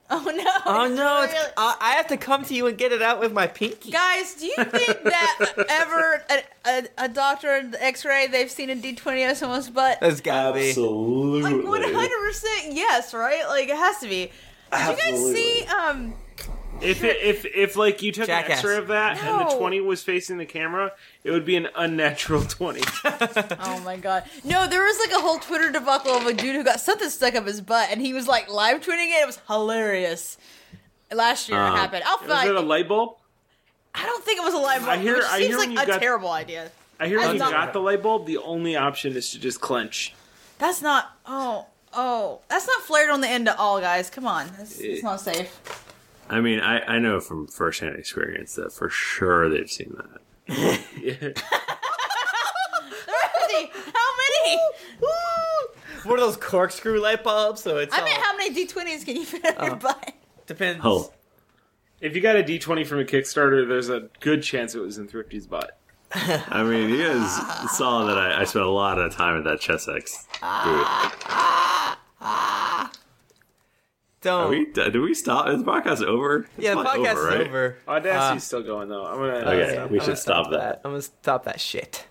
Oh no. Oh no, it's, I, I have to come to you and get it out with my pinky. Guys, do you think that ever a, a, a doctor in the X-ray they've seen a D20 on someone's butt? That's gotta Absolutely. Like one hundred percent, yes, right? Like it has to be. Did Absolutely. you guys see? Um, If it, if if like you took an Jackass. X-ray of that and the No. twenty was facing the camera, it would be an unnatural *laughs* twenty. oh my god, no, there was like a whole Twitter debacle of a dude who got something stuck up his butt, and he was like live tweeting it. It was hilarious. Last year it happened. I'll Was find. it a light bulb? I don't think it was a live I one. hear- which I seems hear like when you a got- terrible idea. I hear That's when you not- got the light bulb, the only option is to just clench. That's not. Oh, oh, that's not flared on the end at all, guys. Come on, that's, it's not safe. *laughs* I mean, I, I know from firsthand experience that for sure they've seen that. Dorothy, how many? One of those corkscrew light bulbs, so it's I mean, all- how many D20s can you fit on your butt? depends. Oh. If you got a D20 from a Kickstarter, there's a good chance it was in Thrifty's butt. I mean, you guys saw that I, I spent a lot of time at that Chessex booth. Don't. Are we, do we stop? Is the podcast over? It's Yeah, the not podcast is right? over. Audacity's Uh, still going though. I'm gonna. Okay, we should stop that. I'm gonna stop that shit.